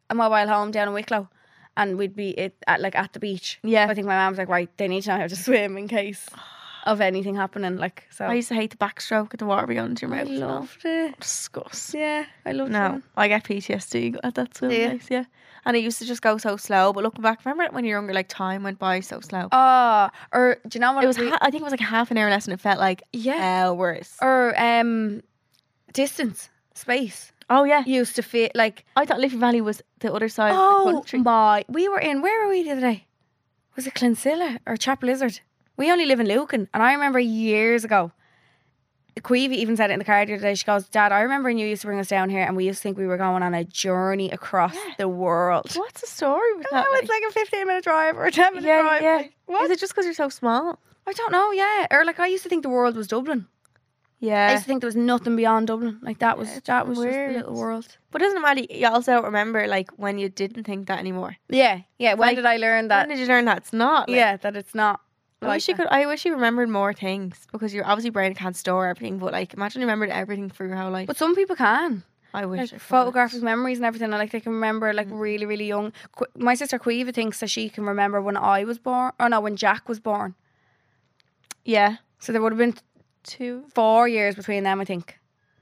a mobile home down in Wicklow, and we'd be it at like at the beach.
yeah.
I think my mom was like, right, they need to know how to swim in case of anything happening. Like, so
I used to hate the backstroke at the water beyond your
I
mouth.
loved it.
disgust.
Yeah, I loved
No,
swimming.
I get PTSD at that swim
Do you?
place. Yeah, and it used to just go so slow. But looking back, remember when you were younger, like time went by so slow.
Oh, or do you know what
it was.
we-
Ha- I think it was like half an hour lesson. It felt like
yeah,
hours.
or um, distance, space
oh yeah,
used to feel like
I thought Liffey Valley was the other side of the
oh
country.
my, we were in where were we the other day? Was it Clonsilla or Chapel Lizard? We only live in Lucan, and I remember years ago. Queevy even said it in the car the other day. She goes, Dad, I remember when you used to bring us down here and we used to think we were going on a journey across
Yeah.
the world.
What's the story with that?
No, Oh, it's like a 15 minute drive or a 10 minute
yeah,
drive.
yeah.
Like, what?
Is it just because you're so small?
I don't know, yeah. Or like I used to think the world was Dublin. I
Yeah.
used to think there was nothing beyond Dublin. Like that was
Yeah, it's
that was just
weird.
the little world.
But doesn't it matter. You also don't remember like when you didn't think that anymore.
Yeah, yeah. When
Like,
did I learn that?
When did you learn that it's not? like-
yeah, that it's not.
I
like
wish you
that.
could. I wish you remembered more things because your obviously brain can't store everything. But like, imagine you remembered everything for your whole life.
But some people can.
I wish
Like
I could.
photographic memories and everything. and, Like they can remember like really, really young. Qu- My sister Quiva thinks that she can remember when I was born. Or no, when Jack was born.
Yeah.
So there would have been
Two.
four years between them, I think.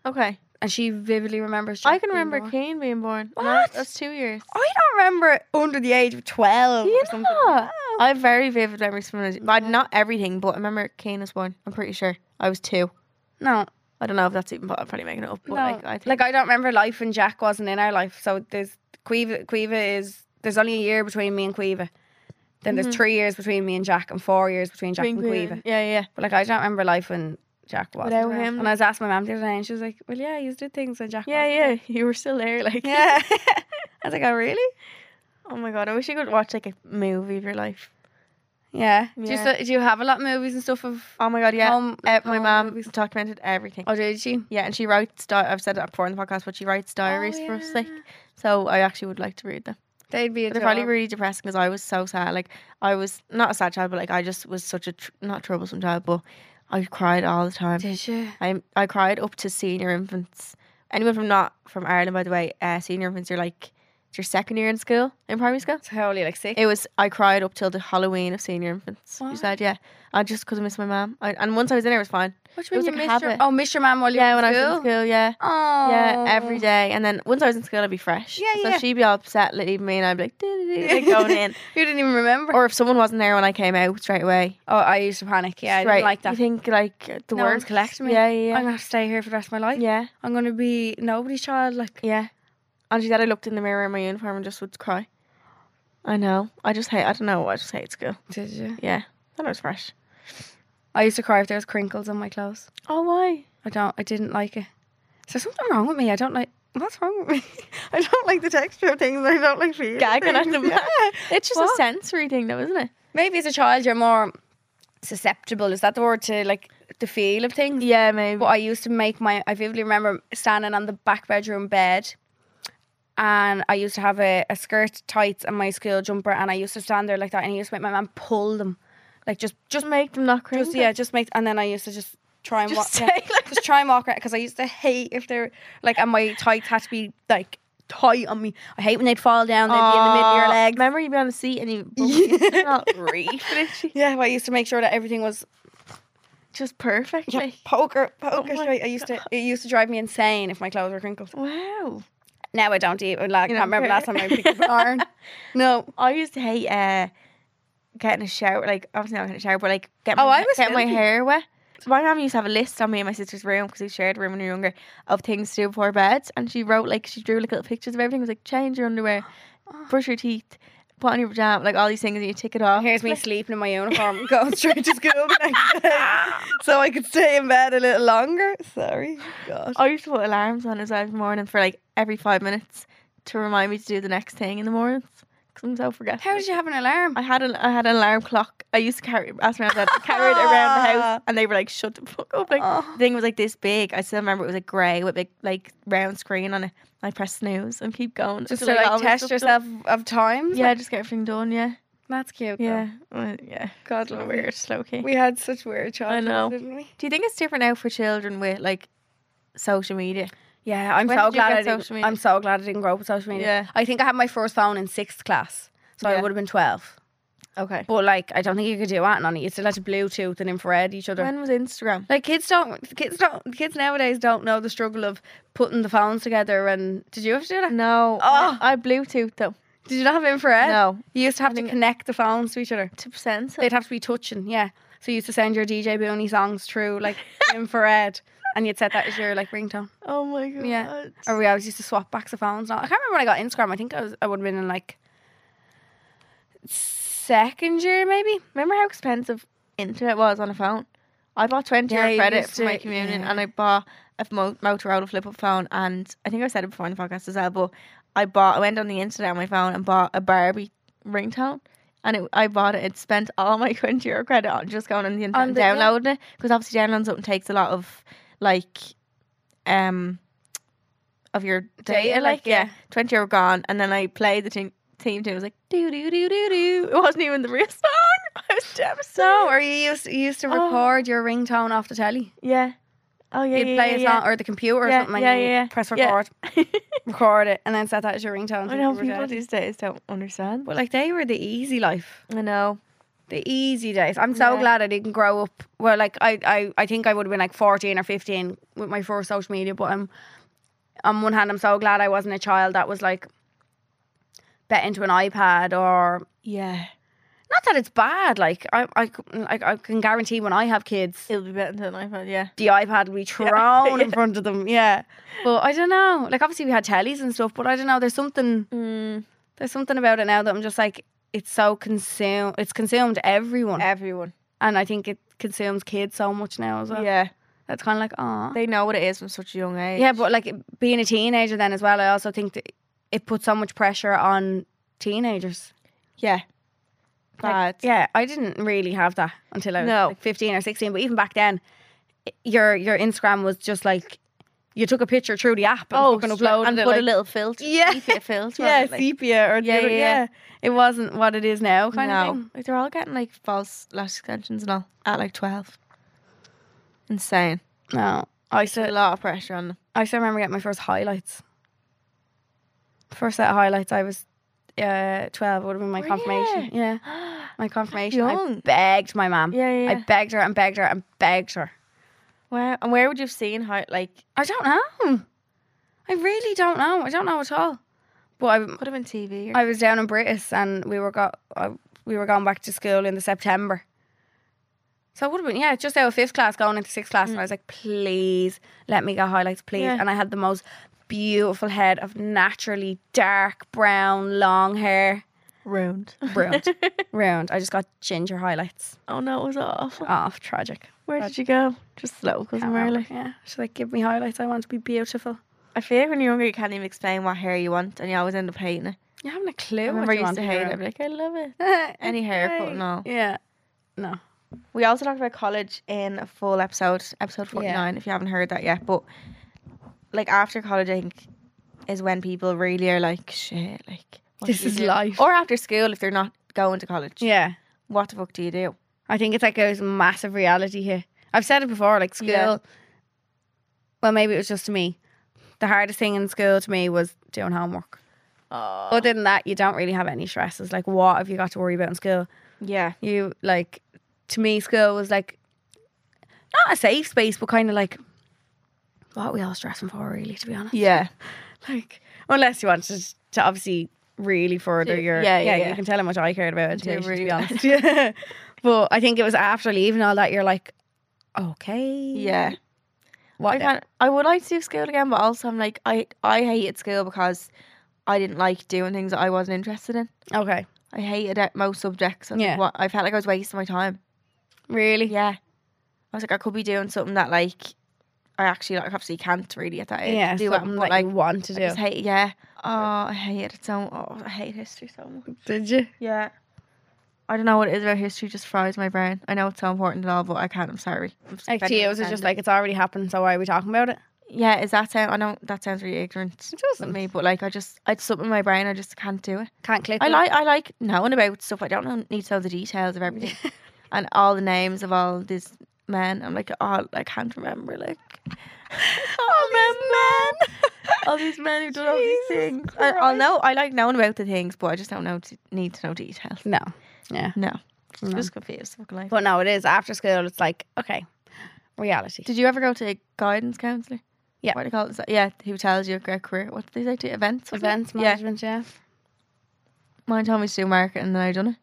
Okay.
And she vividly remembers. Jack
I can
being
remember
born.
Kane being born. No,
What?
That's two years.
I don't remember it under the age of twelve
Yeah.
or something.
I have very vivid memories from when I was, but not everything. But I remember Kane was born. I'm pretty sure I was two.
No,
I don't know if that's even. But I'm probably making it up. But
no.
like, I think.
don't remember life and Jack wasn't in our life. So there's Quiva. Quiva is there's only a year between me and Quiva. Then
Mm-hmm.
there's three years between me and Jack, and four years between Jack and
Queen.
Quiva.
Yeah, yeah.
But like I don't remember life when Jack was.
Without him.
And I was asking my mum the other day, and she was like, "Well, yeah, you did things when Jack
Yeah, yeah.
was."
You were still there, like.
Yeah. I was like, "Oh, really?"
Oh my god! I wish you could watch like a movie of your life.
Yeah. Do you
Yeah.
still, do you have a lot of movies and stuff of?
Oh my god! Yeah.
Home-
Uh, my
home
mom
Oh, movies.
documented everything.
Oh, did you?
Yeah, and she writes. Di- I've said it before in the podcast, but she
Oh,
writes diaries for us. Like, so I actually would like to read them.
They'd be. A
They're probably
job.
really depressing because I was so sad. Like, I was not a sad child, but like I just was such a tr- not troublesome child, but I cried all the time.
Did you?
I I cried up to senior infants. Anyone from not from Ireland, by the way, uh, senior infants are like it's your second year in school in primary school.
It's only like six.
It was I cried up till the Halloween of senior infants. You
What?
said yeah, I just because I missed my mum. I- And once I was in, there, it was fine.
What do
it
you
was
mean you
like a
missed your?
habit.
Oh, missed your mum while you
yeah,
were
when
in
I was
school.
in school, yeah.
Oh.
Yeah, every day. And then once I was in school, I'd be fresh.
Yeah,
so
yeah.
she'd be all upset, like, leaving me, and I'd be like, "Doo-doo-doo," like going in.
You didn't even remember.
Or if someone wasn't there when I came out straight away,
oh, I used to panic. Yeah, I
straight,
didn't like
You
that.
think like the
No one's
worst.
collecting me.
Yeah, yeah,
I'm
yeah.
gonna have to stay here for the rest of my life.
yeah,
I'm gonna be nobody's child. Like,
yeah. And she said I looked in the mirror in my uniform and just would cry. I know. I just hate. I don't know. I just hate school.
did you?
Yeah, that was fresh.
I used to cry if there was crinkles on my clothes.
Oh, why?
I don't. I didn't like it. Is there something wrong with me? I don't like. What's wrong with me? I don't like the texture of things. I don't like feeling.
Gagging at
things.
them.
Yeah.
It's just
What?
a sensory thing, though, isn't it?
Maybe as a child, you're more susceptible. Is that the word to like the feel of things?
Yeah, maybe.
But I used to make my. I vividly remember standing on the back bedroom bed, and I used to have a, a skirt, tights, and my school jumper, and I used to stand there like that, and I used to make my mum pull them, like just just
make them not cringe.
just yeah, just make. And then I used to just try and
Just
walk,
say
yeah, just try and walk around because I used to hate if they're like, and my tights had to be like tight on me. I hate when they'd fall down. They'd be in the middle of your
Aw,
legs.
Remember you'd be on the seat and you
Yeah.
not reef it.
Yeah, but I used to make sure that everything was
Just perfect.
yeah,
like,
poker, poker
my
straight. I used to, it used to drive me insane if my clothes were crinkled.
Wow.
Now I don't eat. Like, I
You
can't
don't
remember
care.
last time I picked up an iron. No.
I used to hate uh, getting a shower. Like, obviously not getting a shower, but like get my,
Oh, I was
get my
filthy.
hair wet. My mom used to have a list on me and my sister's room because we shared a room when we were younger of things to do before bed. And she wrote like she drew like little pictures of everything. It was like change your underwear, brush your teeth, put on your pajama, like all these things, and you tick it off.
Here's me sleeping in my uniform, going straight to school the next day, so I could stay in bed a little longer. Sorry, God.
I used to put alarms on as well in the morning for like every five minutes to remind me to do the next thing in the mornings because I'm so forgetful.
How did you have an alarm?
I had an I had an alarm clock. I used to carry ask my dad to carry it around the house, and they were like, "Shut the fuck up!" Like
Oh.
the thing was like this big. I still remember it was like grey with big like round screen on it. I press snooze and keep going
Just to
until I got all
like
my
test
stuff done.
yourself of times.
Yeah, just get everything done. Yeah,
that's cute.
yeah, Well, yeah.
God,
It's a little
love
weird,
weird.
slow key.
We had such weird childhoods,
know.
didn't we?
Do you think it's different now for children with like social media?
Yeah, I'm
When
so
did you
glad
get
I didn't.
social media?
I'm so glad I didn't grow up with social media.
Yeah.
I think I had my first phone in sixth class, so I
Yeah.
would have been twelve.
Okay.
But like, I don't think you could do that on it. You still had to Bluetooth and infrared each other.
When was Instagram?
like kids don't, kids don't, kids nowadays don't know the struggle of putting the phones together. And did you have to do that?
No,
Oh.
I, I Bluetooth though.
Did you not have infrared?
No,
You used to have to connect the phones to each other.
to percent.
They'd have to be touching. Yeah. So you used to send your DJ Booney songs through like infrared, and you'd set that as your like ringtone.
Oh my god.
Yeah. Or we always used to swap backs of phones. Now I can't remember when I got Instagram. I think I was I would have been in like second year maybe.
Remember how expensive internet was on a phone? I bought 20
Yeah,
euro
you
credit
used
for my
to-
communion
yeah.
and I bought a Mo- Motorola flip up phone. And I think I said it before in the podcast as well, but I bought, I went on the internet on my phone and bought a Barbie ringtone. And it, I bought it, it spent all my 20 euro credit on just going on the internet
On
and
the- yeah.
downloading it. Because obviously, downloading something takes a lot of like, um, of your data,
Data,
like,
like,
yeah.
yeah.
20 euro gone. And then I played the team, team tune. It was like, doo doo doo doo doo. It wasn't even the real song. I was devastated.
No, or you used you used to
Oh.
record your ringtone off the telly.
Yeah. Oh yeah.
You'd
yeah,
play
yeah,
a
yeah.
song or the computer or
Yeah,
something.
yeah,
and you'd
yeah, yeah.
Press
Yeah.
record, record it, and then set that as your ringtone.
I
till
know
you were
people
dead.
these days don't understand.
But like they were the easy life,
I know.
the easy days. I'm so
Yeah.
glad I didn't grow up. Well, like I, I, I think I would have been like 14 or 15 with my first social media. But I'm, on one hand, I'm so glad I wasn't a child that was like bet into an iPad or
Yeah.
not that it's bad. Like I, I, c- like, I can guarantee when I have kids,
It'll be better than an iPhone. Yeah.
the iPad will be thrown in front of them. Yeah, but I don't know. Like obviously we had tellies and stuff, but I don't know. There's something.
Mm,
There's something about it now that I'm just like it's so consumed. It's consumed everyone,
everyone.
and I think it consumes kids so much now as well. Yeah,
Yeah.
that's kind of like ah.
They know what it is from such a young age.
Yeah, but like it- being a teenager then as well. I also think that it puts so much pressure on teenagers.
Yeah.
Like,
Bad.
yeah, I didn't really have that until I was
No.
like 15 or 16. But even back then, i- your your Instagram was just like you took a picture through the app and
Oh,
fucking
slow
uploaded
and
it.
put
like,
a little filter.
Yeah.
Sepia filter. on
yeah,
it, like-
sepia or the
Yeah,
other-
yeah,
yeah,
yeah.
It wasn't what it is now, kind
no.
of thing.
Like they're all getting like false lash extensions and all at like twelve. Insane.
No,
Put
I
a
still
lot of pressure on them.
I still remember getting my first highlights. First set of highlights, I was uh, 12. Would have been my
Were
confirmation. Yeah,
yeah,
my confirmation.
young.
I begged my mum.
yeah.
I begged her and begged her and begged her.
wow. And where would you have seen how like
I don't know. I really don't know. I don't know at all. But
could have been TV? Or,
I, I was down in British and we were got uh, we were going back to school in the September. So it would have been yeah, just out of fifth class going into sixth class, and I was like, please let me get highlights, please.
Yeah.
And I had the most beautiful head of naturally dark brown long hair,
ruined.
round, round. I just got ginger highlights.
Oh no, it was awful.
Oh, tragic.
Where did you go? Just local,
Can't remember. Yeah, she's like, give me highlights. I want to be beautiful.
I feel like when you're younger, you can't even explain what hair you want, and you always end up hating it.
You haven't a clue.
I remember I
what
used
you want
to
in
hate
your
it. I'd
own-
be like, I love it. Any
It's
haircut
great.
and all.
Yeah. No.
We also talked about college in a full episode, episode 49, if you haven't heard that yet. But like after college, I think is when people really are like, shit, like what
This
do you
is
do?"
life.
Or after school, if they're not going to college,
Yeah.
what the fuck do you do?
I think it's like a massive reality here. I've said it before, like school.
Yeah.
Well, maybe it was just to me. The hardest thing in school to me was doing homework.
Oh,
Other than that, you don't really have any stresses. Like, what have you got to worry about in school?
yeah,
You like, to me, school was like not a safe space, but kind of like what are we all stressing for, really. To be honest,
yeah,
like unless you wanted to obviously really further
Do-
your
yeah, yeah,
you
yeah.
can tell how much I cared about education
really
to be honest yeah but I think it was after leaving all that you're like okay
yeah. I
what
can't, I would like to do school again, but also I'm like, I I hated school because I didn't like doing things that I wasn't interested in.
okay
I hated it, most subjects. I was like,
Yeah.
what, I felt like I was wasting my time.
really
Yeah. I was like, I could be doing something that like I actually like obviously can't really at that age
yeah
do it,
something
but
that
like
you want to
I
do
just hate yeah. Oh, I hate it so. Oh, I hate history so much.
did you
Yeah. I don't know what it is about history. Just fries my brain. I know it's so important and all, but I can't. I'm sorry. I'm s-
like to
offended
you was it
offended.
just like it's already happened so why are we talking about it
yeah? Is that sound? I know that sounds really ignorant.
It
of
doesn't.
me, but like I just it's something in my brain. I just can't do it.
can't click
I
it.
like I like knowing about stuff. I don't know, need to know the details of everything and all the names of all these men. I'm like, oh, I can't remember. Like
oh man
all these men who've done all these
Jesus
things. I, I'll
Christ.
know. I like knowing about the things, but I just don't know to, need to know details.
no yeah
No,
No.
just confused. Fucking life.
but no it is after school it's like okay reality
Did you ever go to a guidance counselor?
Yeah.
What do you call it? Is that- Yeah, who tells you your career? What do they say to you? events? wasn't it?
events
Yeah,
management yeah,
mine told me to do marketing, and then I done it.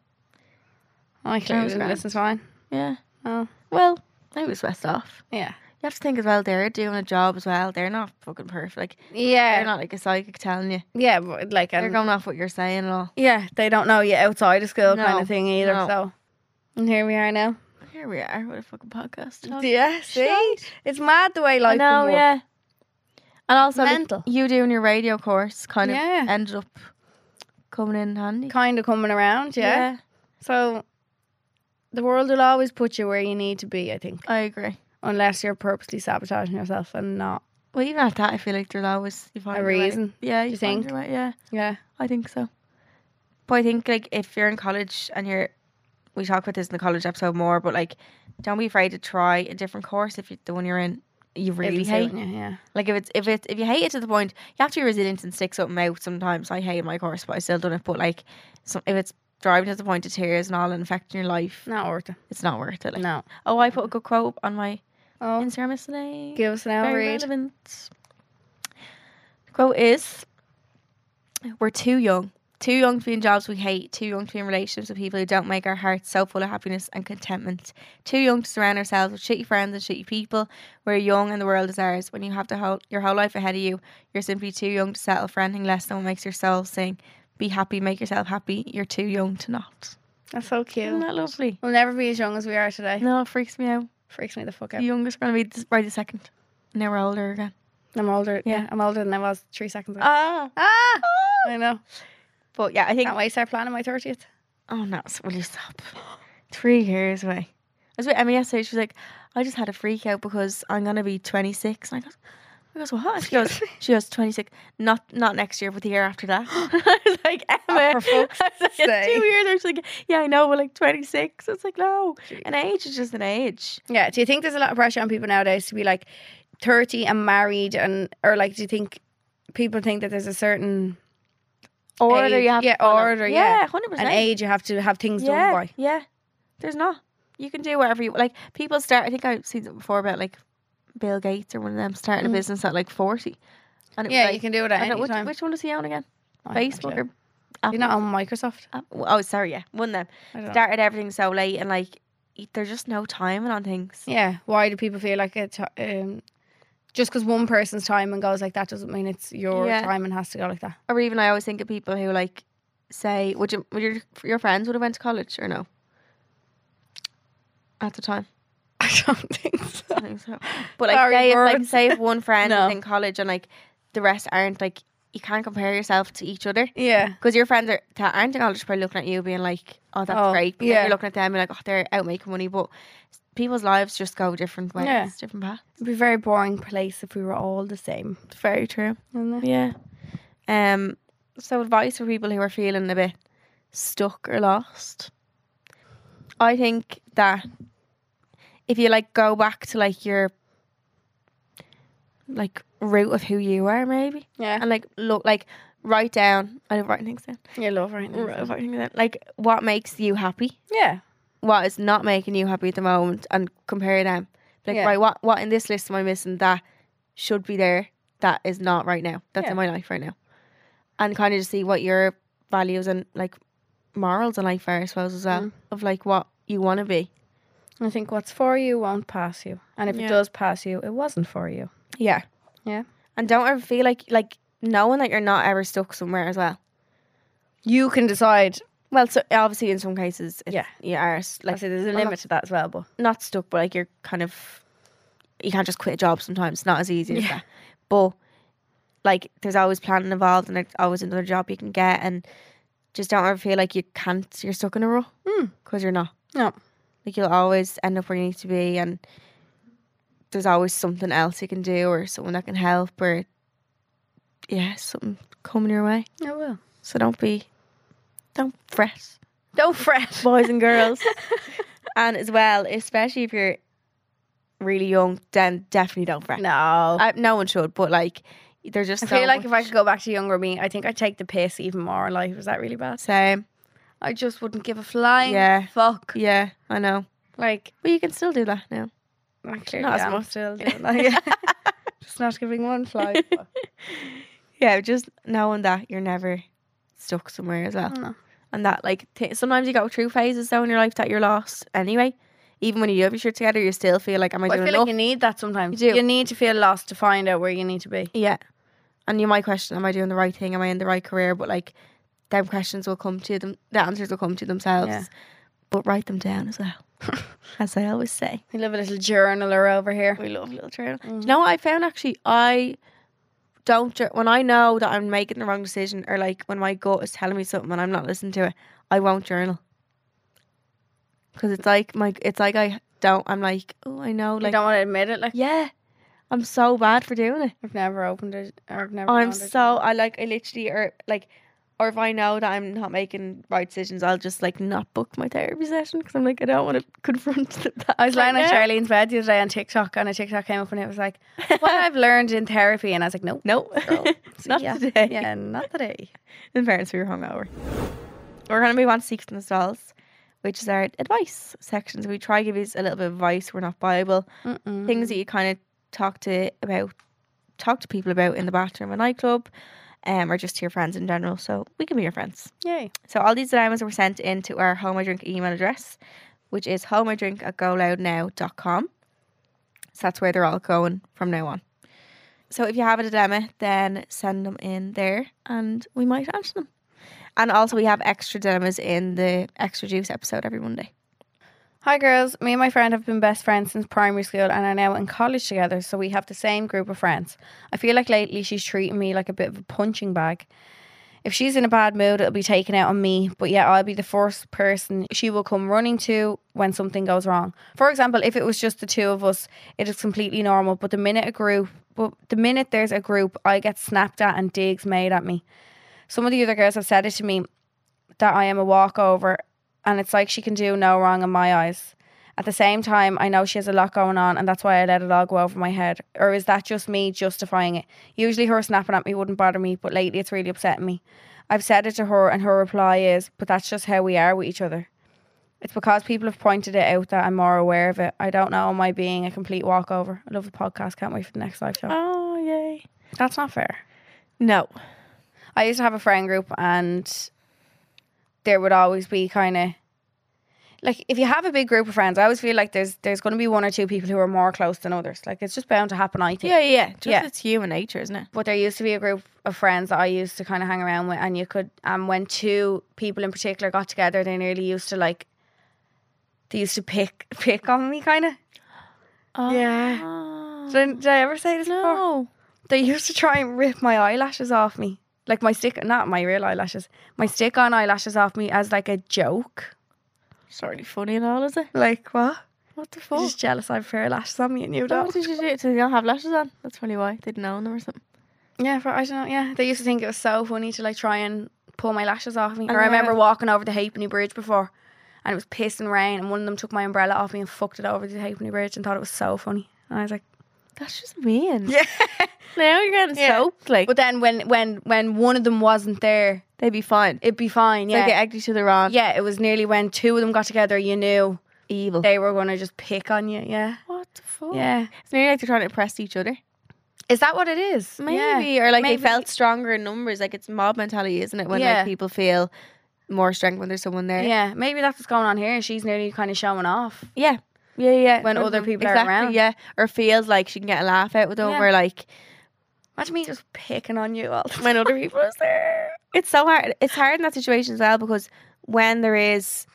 I
That
clearly
was
didn't
grand.
listen to mine
Yeah.
oh
Well, I was best off.
yeah
You have to think as well. They're doing a job as well. They're not fucking perfect. Like
yeah
they're not like a psychic telling you.
Yeah, but like,
they're
and
going off what you're saying and all.
yeah, they don't know you outside of school kind
No,
of thing either.
no.
So, and here we are now.
Here we are. What a fucking podcast.
Yeah, see, it's mad the way
Oh, I
life.
know.
can work.
Yeah. And also, like,
Mental.
you doing your radio course kind
Yeah.
of ended up coming in handy.
kind of coming around. Yeah. so the world will always put you where you need to be. I think,
I agree.
unless you're purposely sabotaging yourself and not.
Well, even at that, I feel like there's always you find
A
your way.
reason,
Yeah, you, find
think?
your way, Yeah,
Yeah,
I think so. But I think like if you're in college and you're, we talk about this in the college episode more, but like, don't be afraid to try a different course if you, the one you're in you really
Isn't
hate.
suiting you, Yeah,
Like if it's if it's if you hate it to the point you have to be resilient and stick something out. Sometimes I hate my course, but I still done it. But like, some, if it's driving to the point of tears and all and affecting your life,
not worth it.
it's not worth it. Like,
No.
Oh, I put a good quote on my
Oh,
Instagram yesterday.
give us an hour
Very
read.
relevant. The quote is: "We're too young." Too young to be in jobs we hate, too young to be in relationships with people who don't make our hearts so full of happiness and contentment, too young to surround ourselves with shitty friends and shitty people. We're young and the world is ours. When you have the whole, your whole life ahead of you, you're simply too young to settle for anything less than what makes your soul sing. Be happy, make yourself happy. You're too young to not.
That's so cute.
Isn't that lovely?
We'll never be as young as we are today.
No, it freaks me out.
Freaks me the fuck
The
out.
youngest going to be this, by the second. Now we're older again.
I'm older. Yeah.
Yeah.
I'm older than I was three seconds ago.
Ah.
ah, I know.
But yeah, I think.
Can't wait to start planning my thirtieth.
Oh no! s- Will you stop? Three years away. I was with Emmy yesterday. She was like, "I just had a freak out because I'm gonna be 26." And I goes, "I goes what?" She goes, "She goes 26. Not not next year, but the year after that." I was like, "Emma,
Oh, for fuck's
I was like, "It's
sake."
two years." I was like, "Yeah, I know, but like 26." It's like, no, an age is just an age.
Yeah. Do you think there's a lot of pressure on people nowadays to be like 30 and married and or like do you think people think that there's a certain
Order,
Age,
you have
yeah,
to follow.
order, yeah.
hundred
an
percent.
age you have to have things
yeah,
done by?
Yeah, there's not. You can do whatever you like. People start. I think I've seen it before about like Bill Gates or one of them starting a business at like forty. And it was
Mm. Yeah,
like-
you can do it at
I don't
any
know, which,
time.
which one does he own again?
I have no
Facebook
clue.
or Apple?
You're not on Microsoft.
Apple- Oh, sorry, yeah, one of them
I don't know.
started everything so late and like y- there's just no timing on things.
Yeah. Why do people feel like it? Um, just because one person's time and goes like that doesn't mean it's your
Yeah.
time and has to go like that.
Or even I always think of people who like say, would you, would your your friends would have went to college or no? At the time.
I don't think so.
I think so. But like,
Sorry,
say if, like
words.
say if one friend
No.
is in college and like the rest aren't like you can't compare yourself to each other
Yeah.
because your friends are, that aren't in college are probably looking at you being like, oh, that's
Oh,
great. But then
yeah.
you're looking at them and like, oh, they're out making money. But s- people's lives just go different ways,
Yeah.
different paths.
It'd be a very boring place if we were all the same.
It's very true.
Isn't it?
Yeah. Um. So advice for people who are feeling a bit stuck or lost. I think that if you like go back to like your like root of who you are maybe
Yeah.
and like look like write down I don't write things down
You love right
Write things down. like what makes you happy
Yeah.
what is not making you happy at the moment and compare them. Like,
Yeah.
right, what what in this list am I missing that should be there that is not right now? That's
Yeah.
in my life right now. And kind of just see what your values and like morals in life are, I suppose, as
Mm.
well. Of like what you want to be.
I think what's for you won't pass you. And if
Yeah.
it does pass you, it wasn't for you.
Yeah.
Yeah.
And don't ever feel like like knowing that you're not ever stuck somewhere as well.
You can decide.
Well, so obviously in some cases, it's,
Yeah.
you are s-
Like,
like
say, there's a
Well,
limit to that as well, but
not stuck, but like you're kind of you can't just quit a job sometimes. It's not as easy as
Yeah.
that. But like there's always planning involved and there's always another job you can get and just don't ever feel like you can't you're stuck in a row.
Mm.
Because you're not.
no.
Like you'll always end up where you need to be and there's always something else you can do or someone that can help or yeah, something coming your way.
I will.
So don't be don't fret
Don't fret.
boys and girls. and as well, especially if you're really young, then definitely don't fret.
No.
I, no one should, but like, there's just
I
so
feel like if I
much-
could go back to younger me, I think I'd take the piss even more. Like, was that really bad?
same,
I just wouldn't give a flying
Yeah.
fuck.
yeah, I know.
Like,
But you can still do that now.
I clearly
Not as
am
much.
still doing that. just not giving one flying fuck.
Yeah, just knowing that you're never stuck somewhere as well,
No.
and that like th- sometimes you go through phases though in your life that you're lost anyway. Even when you do have your shit together, you still feel like, am I
Well, I
doing
feel
enough?
like you need that sometimes.
You do.
You need to feel lost to find out where you need to be.
yeah, and you might question, am I doing the right thing? Am I in the right career? But like, them questions will come to them. The answers will come to themselves.
Yeah.
but write them down as well, as I always say.
We love a little journaler over here.
We love little journal. Do you
Mm-hmm.
know what I found? Actually, I don't jour- when I know that I'm making the wrong decision, or like when my gut is telling me something and I'm not listening to it, I won't journal because it's like my it's like I don't. I'm like, oh, I know,
Like, I
like
don't want to admit it. Like,
yeah, I'm so bad for doing it.
I've never opened it. Or I've never.
I'm
owned it.
so I like I literally or like or if I know that I'm not making right decisions, I'll just like not book my therapy session because I'm like I don't want to confront that.
I was lying
right
on
now.
Charlene's bed the other day on TikTok, and a TikTok came up and it was like, "What I've learned in therapy," and I was like, "Nope,
No,
girl. So,
not
yeah,
today.
Yeah, not today."
In fairness, we were hungover. We're going to move on to Secrets and Stalls, which is our advice section. So we try to give you a little bit of advice. We're not Bible.
Mm-mm.
Things that you kind of talk to about, talk to people about in the bathroom, a nightclub, um, or just to your friends in general. So we can be your friends.
Yay!
So all these dilemmas were sent in to our Home I Drink email address, which is homeidrink at goloudnow.com. So that's where they're all going from now on. So if you have a dilemma, then send them in there and we might answer them. And also we have extra dilemmas in the Extra Juice episode every Monday.
Hi, girls. Me and my friend have been best friends since primary school and are now in college together, so we have the same group of friends. I feel like lately she's treating me like a bit of a punching bag. If she's in a bad mood, it'll be taken out on me, but yeah, I'll be the first person she will come running to when something goes wrong. For example, if it was just the two of us, it is completely normal, but the minute a group, but the minute there's a group, I get snapped at and digs made at me. Some of the other girls have said it to me that I am a walkover and it's like she can do no wrong in my eyes. At the same time, I know she has a lot going on, and that's why I let it all go over my head. Or is that just me justifying it? Usually, her snapping at me wouldn't bother me, but lately it's really upsetting me. I've said it to her, and her reply is, But that's just how we are with each other. It's because people have pointed it out that I'm more aware of it. I don't know, am I being a complete walkover? I love the podcast, can't wait for the next live show.
Oh yay.
That's not fair.
No.
I used to have a friend group, and there would always be kind of like if you have a big group of friends, I always feel like there's there's going to be one or two people who are more close than others. Like it's just bound to happen. I think.
Yeah, yeah. Just
Yeah.
it's human nature, isn't it?
But there used to be a group of friends that I used to kind of hang around with, and you could. And when two people in particular got together, they nearly used to like. They used to pick pick on me, kind of.
Oh.
Yeah. Did I, did I ever say this before?
No.
They used to try and rip my eyelashes off me. Like my stick, not my real eyelashes, my stick on eyelashes off me as like a joke.
It's not really funny at all, is it?
Like, what?
What the fuck?
You're just jealous I have fair lashes on me and you
So
don't.
what did you do? So they don't have lashes on? That's probably why. They didn't own them or something.
Yeah, for, I don't know. Yeah, they used to think it was so funny to like try and pull my lashes off me.
I
Or I
know.
remember walking over the Halfpenny Bridge before, and it was pissing rain, and one of them took my umbrella off me and fucked it over the Halfpenny Bridge, and thought it was so funny. And I was like,
That's just mean.
yeah.
Now you're getting
Yeah.
soaked. Like,
But then when when when one of them wasn't there,
they'd be fine.
it'd be fine. Yeah,
They get egged each other on.
yeah. It was nearly when two of them got together, you knew
Evil.
they were gonna just pick on you. Yeah,
what the fuck?
yeah.
It's nearly like they're trying to impress each other.
Is that what it is? Yeah.
Maybe. Or like
Maybe.
they felt stronger in numbers. Like it's mob mentality, isn't it? When
Yeah.
like people feel more strength when there's someone there.
Yeah, maybe that's what's going on here. She's nearly kind of showing off.
Yeah. Yeah, yeah.
When
Mhm.
other people are
exactly,
around.
Yeah. Or feels like she can get a laugh out with them
Yeah.
or like
Imagine me just picking on you all the
when other people is there. It's so hard. It's hard in that situation as well because when there is,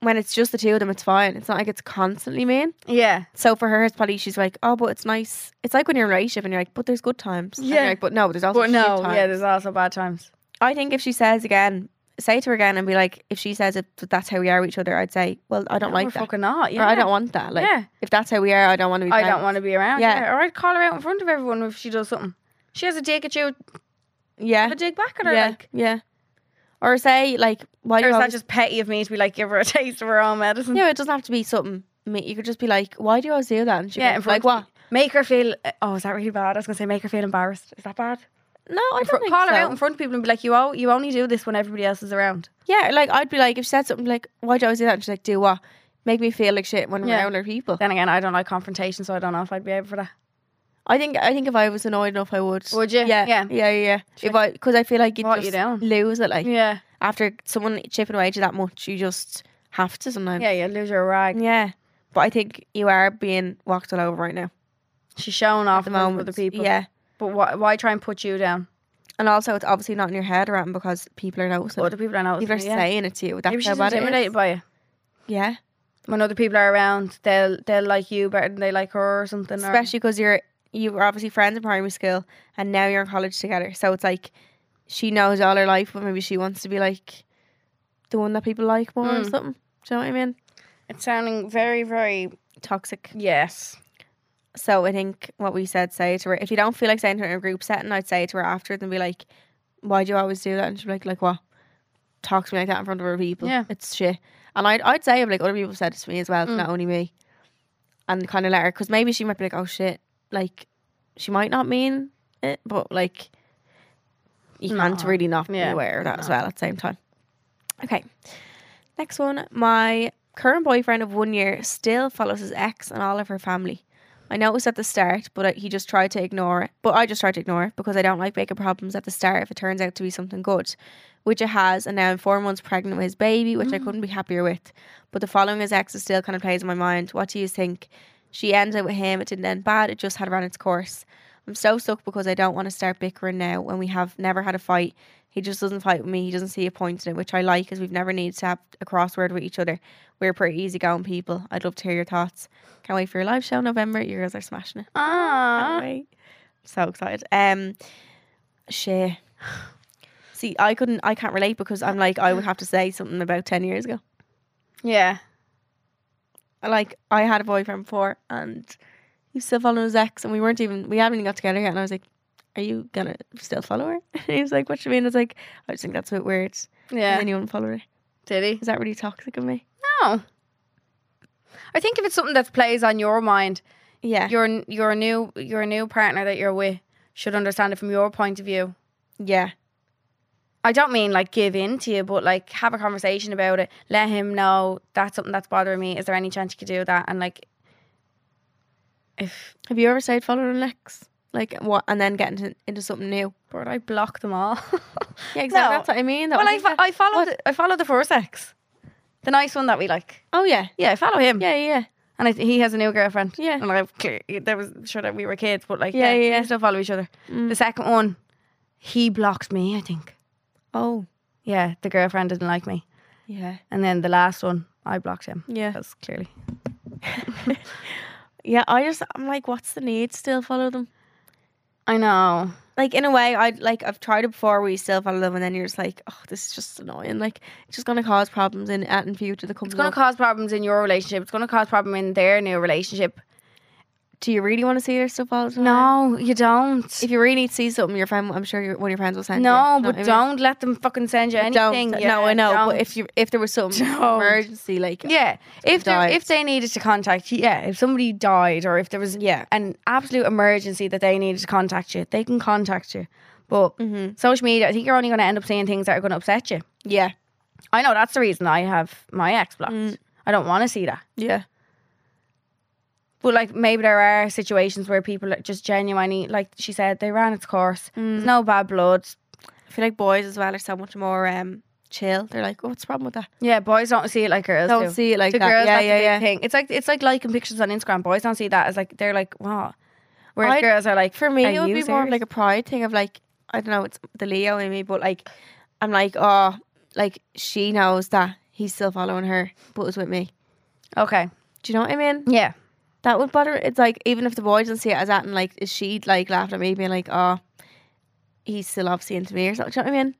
when it's just the two of them, it's fine. It's not like it's constantly mean.
Yeah.
So for her, it's probably she's like, oh, but it's nice. It's like when you're in a relationship and you're like, but there's good times. And you're
Yeah.
like, but no, there's also
But
shit
no,
times.
yeah, there's also bad times.
I think if she says again, say to her again and be like, if she says it, that that's how we are with each other, I'd say, well, I don't
No, we're
like that.
fucking not. Yeah.
Or I don't want that. Like,
Yeah.
if that's how we are, I don't want to be.
I
friends.
don't want to be around.
Yeah.
Yeah. Or I'd call her out in front of everyone if she does something. She has a dig at you,
Yeah.
have a dig back at her.
yeah.
Like,
yeah. Or say like, why
or
do
is
you
that
always
just petty of me to be like, give her a taste of her own medicine?
Yeah, it doesn't have to be something. ma- You could just be like, "Why do you always do that?" And she yeah,
Yeah, in
goes,
front
like,
of
"What?"
Make her feel. Oh, is that really bad? I was gonna say make her feel embarrassed. Is that bad?
No, I
Fr-
don't think
call
so.
her out in front of people and be like, you all, you only do this when everybody else is around.
Yeah, like I'd be like, if she said something like, "Why do you always do that?" and she's like, "Do what?" Make me feel like shit when
Yeah.
we're around other people.
Then again, I don't like confrontation, so I don't know if I'd be able for that.
I think I think if I was annoyed enough, I would.
Would you?
Yeah,
Yeah.
yeah, yeah. yeah. If I, because I feel like you
What
just
you doing?
lose it. Like
Yeah.
after someone chipping away at you that much, you just have to sometimes.
Yeah, you lose your rag.
yeah. But I think you are being walked all over right now.
She's showing off
At the
in front of
moment,
other people.
Yeah,
But why, why try and put you down?
and also it's obviously not in your head or anything because people are noticing.
Other people are not.
people are
yeah.
saying it to you. That's
Maybe
how
she's
bad it is.
intimidated by you.
Yeah.
When other people are around, they'll they'll like you better than they like her or something. or-
especially because you're you were obviously friends in primary school and now you're in college together so it's like she knows all her life but maybe she wants to be like the one that people like more or
Mm.
something do you know what i mean
it's sounding very very
toxic
yes.
so i think what we said say to her if you don't feel like saying to her in a group setting i'd say to her afterwards and be like why do you always do that and she'd be like like what talk to me like that in front of other people
Yeah. Mm.
it's shit and i'd, I'd say like other people said it to me as well it's not only me and kind of let her because maybe she might be like oh shit like she might not mean it but like you can't
No.
really not
Yeah.
be aware of that as well at the same time okay next one my current boyfriend of one year still follows his ex and all of her family I noticed at the start, but I, he just tried to ignore it. But I just tried to ignore it because I don't like making problems at the start if it turns out to be something good, which it has. And now I'm four months pregnant with his baby, which
Mm.
I couldn't be happier with. But the following his ex is still kind of plays in my mind. What do you think? She ended with him. It didn't end bad. It just had run its course. I'm so stuck because I don't want to start bickering now when we have never had a fight. He just doesn't fight with me. He doesn't see a point in it, which I like, as we've never needed to have a crossword with each other. We're pretty easygoing people. I'd love to hear your thoughts. Can't wait for your live show in November. You girls are smashing it. Can't
Ah.
wait. So excited. Um, shit. See, I couldn't. I can't relate because I'm like I would have to say something about ten years ago.
Yeah.
Like I had a boyfriend before, and he was still following his ex, and we weren't even. We haven't even got together yet, and I was like. Are you gonna still follow her? And he was like, "What do you mean?" I was like, "I just think that's a bit weird."
Yeah.
Anyone follow her?
Did he?
Is that really toxic of me?
No. I think if it's something that plays on your mind,
Yeah,
your your new your new partner that you're with should understand it from your point of view.
yeah,
I don't mean like give in to you, but like have a conversation about it. Let him know that's something that's bothering me. Is there any chance you could do that? And like, if
Have you ever stayed following an ex? Like what, and then getting into, into something new?
but I block them all.
Yeah,
exactly.
exactly.
That's
That's what I mean.
well, I, fo- I follow the, I follow the first ex, the nice one that we like.
oh yeah,
Yeah, I follow him.
yeah, yeah,
and I, he has a new girlfriend.
Yeah.
and like clear- there was sure that we were kids, but like
Yeah,
yeah,
yeah,
yeah,
yeah. Mm.
we still follow each other. The second one, he blocked me. I think.
oh
Yeah, the girlfriend didn't like me,
yeah,
and then the last one, I blocked him.
yeah,
That's clearly.
yeah. I just I'm like, what's the need? Still follow them?
I know.
Like in a way, I like I've tried it before where you still fall in love and then you're just like, oh, this is just annoying. Like it's just gonna cause problems in at in future that comes
It's going
up.
to cause problems in your relationship. It's going to cause problem in their new relationship.
Do you really want to see their stuff all the time?
No, you don't.
If you really need to see something, your friend, I'm sure your, one of your friends will send you.
no,
You know
but
what I mean?
don't let them fucking send you anything.
Don't.
Yeah,
no, I know. But
don't.
if you if there was some
Don't.
emergency, like
yeah, if there-
dies.
if they needed to contact you, yeah, if somebody died or if there was
Yeah.
an absolute emergency that they needed to contact you, they can contact you. But
Mm-hmm.
social media, I think you're only going to end up seeing things that are going to upset you.
yeah,
I know that's the reason I have my ex blocked.
Mm.
I don't want to see that.
yeah,
But like maybe there are situations where people are just genuinely, like she said, they ran its course. There's no bad blood.
I feel like boys as well are so much more um chill. They're like, oh, what's the problem with that?
Yeah, boys don't see it like girls
Don't
do.
see it like
The
that.
girls,
Yeah,
that's a
yeah,
big
yeah.
Thing. It's like it's like liking pictures on Instagram. Boys don't see that as like they're like wow. Whereas
I'd-
girls are like
For me,
"Are
it would
you
be more of
serious?"
like a pride thing of like I don't know, it's the Leo in me, but like I'm like, oh, like she knows that he's still following her, but it's with me.
okay,
Do you know what I mean?
yeah,
That would bother. It's like even if the boy doesn't see it as that, and like is she like laughing at me, being like, oh, he's still obviously into me or something. Do you know what I mean?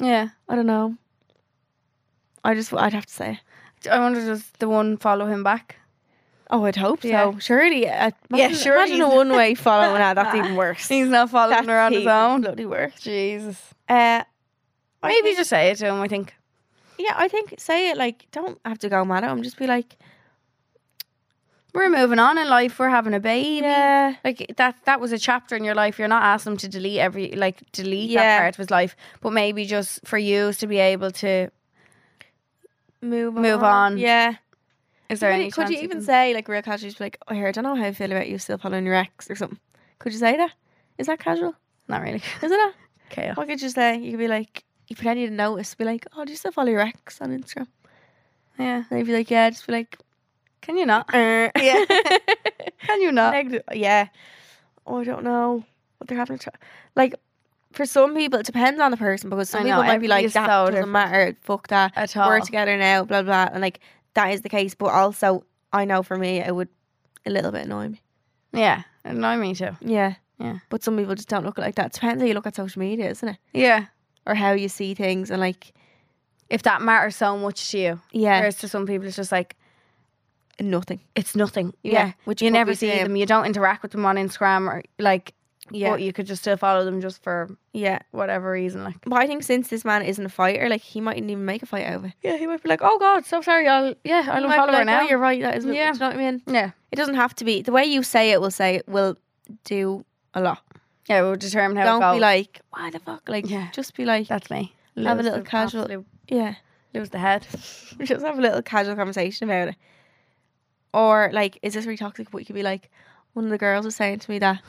yeah.
I don't know. I just I'd have to say.
I wonder does the one follow him back?
Oh, I'd hope
Yeah.
so. Surely, uh,
Yeah,
imagine,
surely
Imagine a
he's-
one-way following that. That's even worse.
He's not following
That's
her on his
even
own.
Bloody worse.
Jesus.
Uh, I
Maybe
think-
just say it to him. I think.
Yeah, I think say it like don't have to go mad at him. Just be like,
We're moving on in life. We're having a baby.
yeah,
Like that that was a chapter in your life. You're not asking him to delete every like delete that
Yeah.
part of his life, but maybe just for you to be able to
move
Move on.
Yeah.
is there
Could
any
you- could you
chance
even
can-
say like real casual? Just be like, oh here, I don't know how I feel about you still following your ex or something. Could you say that? Is that casual?
not really
Isn't it?
okay
What could you say? You could be like, you pretend you didn't notice. Be like, oh, do you still follow your ex on Instagram?
yeah
And you'd be like, yeah. Just be like,
can you not
er. yeah.
can you not
Negative. Yeah. Oh, I don't know what they're having. To try. Like, for some people, it depends on the person because some
I know,
people might be like,
everybody's
that
so
doesn't
different."
matter. Fuck that.
at
We're
all
together now. Blah blah. And like that is the case. But also, I know for me, it would a little bit annoy me.
yeah annoy me too
Yeah.
Yeah.
But some people just don't look at it like that. It depends how you look at social media, isn't it?
yeah
Or how you see things and like
if that matters so much to you
yeah,
whereas to some people it's just like
nothing.
it's nothing yeah,
Which
you
could
never
be
see
same.
them you don't interact with them on Instagram or like
Yeah.
but you could just still follow them just for
yeah.
whatever reason like
But I think since this man isn't a fighter, like he mightn't even make a fight over. it.
yeah he might be like oh god so sorry I'll yeah
You
I'll
might be
unfollow her
like,
now
Oh, you're right. That is. what-
Yeah.
Do you know what I mean?
yeah
It doesn't have to be the way you say it. Will say it will do a lot.
yeah we'll determine how it
Don't
goes
be like, why the fuck? Like,
Yeah.
just be like,
that's me
Have a
Lose
little
the-
casual-
absolute-
yeah.
lose the head
Just have a little casual conversation about it. Or like, is this really toxic? But you could be like, one of the girls was saying to me that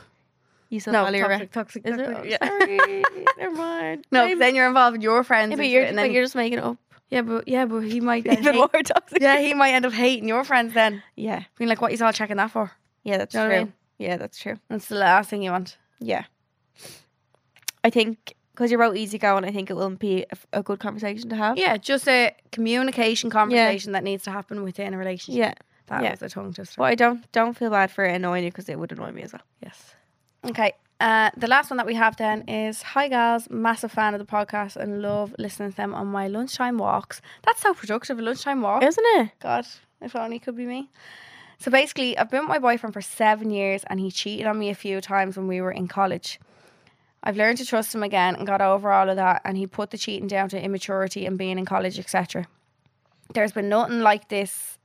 you still
no
follow your ex.
toxic toxic,
Is it?
toxic,
Oh,
yeah.
Sorry, never mind.
No,
Maybe-
'cause then you're involving your friends.
yeah, but
into
you're
it,
just,
and
like,
then
you're just making it up.
yeah, but yeah, but he might then
Even
hate,
more toxic.
yeah he might end up hating your friends then.
yeah,
Being like, what you all checking that for?
yeah. That's
Do you know
true.
what I mean?
Yeah, that's true.
That's the last thing you want.
Yeah, I think because you're about easygoing, I think it will be a, a good conversation to have.
Yeah, just a communication conversation that needs to happen within a relationship.
yeah.
that
yeah.
was a tongue twister.
But I don't don't feel bad for it annoying you because it would annoy me as well.
Yes. Okay. Uh, the last one that we have then is Hi guys, massive fan of the podcast and love listening to them on my lunchtime walks. That's so productive, a lunchtime walk.
Isn't it?
God, if only it could be me. So basically, I've been with my boyfriend for seven years and he cheated on me a few times when we were in college. I've learned to trust him again and got over all of that, and he put the cheating down to immaturity and being in college, etc. There's been nothing like this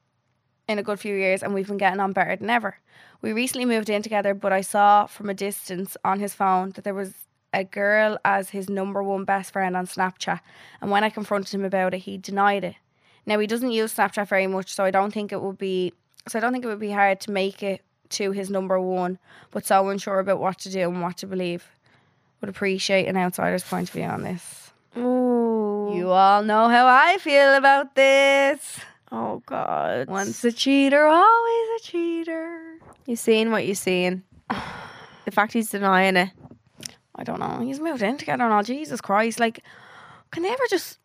in a good few years, and we've been getting on better than ever. We recently moved in together, but I saw from a distance on his phone that there was a girl as his number one best friend on Snapchat, and when I confronted him about it, he denied it. Now he doesn't use Snapchat very much, so I don't think it would be so I don't think it would be hard to make it to his number one, but so unsure about what to do and what to believe. Would appreciate an outsider's point of view on this.
Ooh.
You all know how I feel about this.
Oh God.
Once a cheater, always a cheater.
you're seeing what you're seeing. the fact he's denying it.
I don't know. He's moved in together and all. Jesus Christ. Like, can they ever just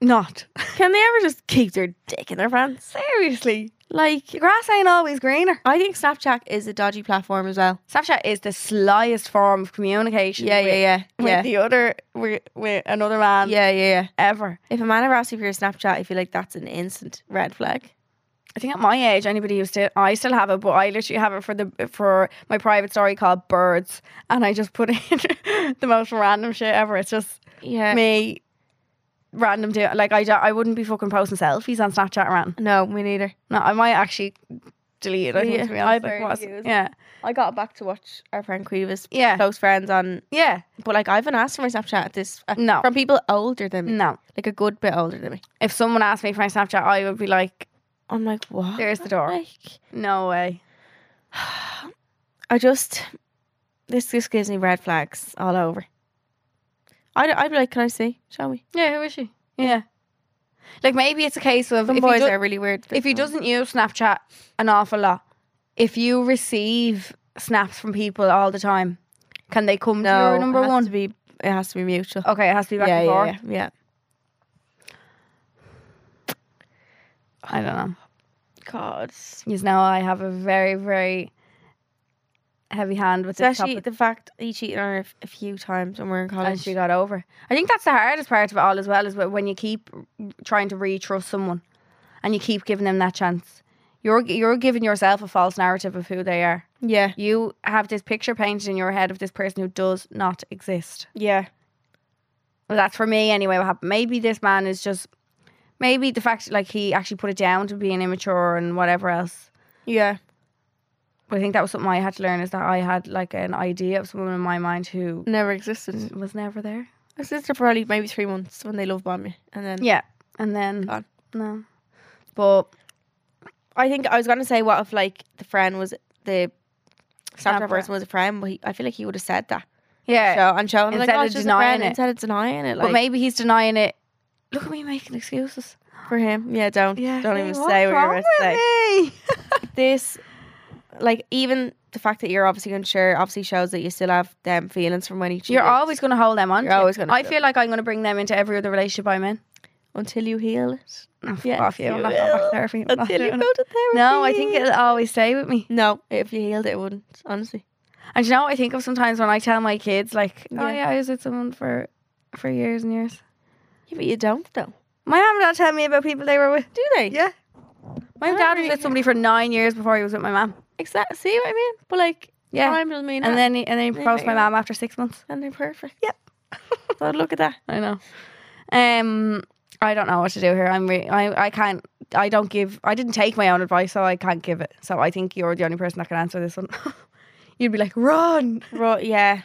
Not.
Can they ever just keep their dick in their pants?
Seriously.
Like,
The grass ain't always greener.
I think Snapchat is a dodgy platform as well.
Snapchat is the slyest form of communication.
Yeah,
with,
yeah, yeah,
With
yeah.
the other, with, with another man
Yeah, yeah, yeah.
ever.
If a man ever asks you for your Snapchat, I feel like that's an instant red flag.
I think at my age, anybody who still, I still have it, but I literally have it for the for my private story called Birds, and I just put in the most random shit ever. It's just
Yeah.
me, random do like I don't, I wouldn't be fucking posting selfies on Snapchat around.
No, me neither.
No, I might actually delete it. I think
Yeah,
to be honest,
very
like, what's-
used.
yeah,
I got back to watch our friend Cuevas
yeah,
close friends on,
yeah.
but like I've been asked for my Snapchat at this uh,
No.
from people older than me,
No,
like a good bit older than me.
if someone asked me for my Snapchat, I would be like,
I'm like, what?
There's the door.
Like,
no way.
I just this just gives me red flags all over. I'd, I'd be like, can I see? Shall we?
Yeah, who is she? Yeah, like maybe it's a case of
Some
if you
boys
do-
are really weird.
if he doesn't use Snapchat an awful lot, if you receive snaps from people all the time, can they come to
no,
your number
it has
one?
to be it has to be mutual.
okay, it has to be back
yeah,
and forth.
yeah, yeah, yeah.
I don't know.
God,
You know, I have a very, very heavy hand with this
especially
topic.
the fact he cheated on her f- a few times when we were in
and
college.
she got over. I think that's the hardest part of it all as well, is wh- when you keep trying to re-trust someone and you keep giving them that chance. You're, you're giving yourself a false narrative of who they are.
yeah,
You have this picture painted in your head of this person who does not exist.
yeah,
Well, that's for me anyway. What happened? Maybe this man is just maybe the fact like he actually put it down to being immature and whatever else.
yeah,
But I think that was something I had to learn is that I had like an idea of someone in my mind who
never existed.
was never there.
My sister probably maybe three months when they love bomb me, and then
Yeah, and then
Gone.
no, but
I think I was gonna say what if like the friend was the Snapchat
Snapchat.
person was a friend, but he, I feel like he would have said that.
yeah,
So and show him like
Instead
oh,
of
it's just a
denying
friend
it.
instead of denying it. Like
but maybe he's denying it. Look at me making excuses.
for him, yeah, don't don't even
what's
say what you're
wrong
about to say.
with me?
This, like even the fact that you're obviously unsure obviously shows that you still have them feelings from when he cheated.
You're always going to hold them on.
You're always gonna
I
do
feel like I'm going to bring them into every other relationship I'm in.
until you heal it,
Oh, fuck
Yes,
off you. I'm
you
not going back
will.
to therapy. I'm not
until you
doing
go
it.
to therapy.
No, I think it'll always stay with me.
no. If you healed it, it wouldn't. Honestly,
And do you know what I think of sometimes when I tell my kids, like, oh
Yeah.
yeah, I was with someone for for years and years.
yeah, but you don't though,
My mom and dad tell me about people they were with.
do they?
Yeah. My dad was with somebody for nine years before he was with my mom.
Exactly. See what I mean? But like,
Yeah.
I'm just mean.
And then he, and then he proposed to my
there you
mom after six months.
and they're perfect.
Yep.
so look at that.
I know. Um, I don't know what to do here. I'm re- I I can't. I don't give. I didn't take my own advice, so I can't give it. So I think you're the only person that can answer this one. You'd be like, run.
Right, yeah.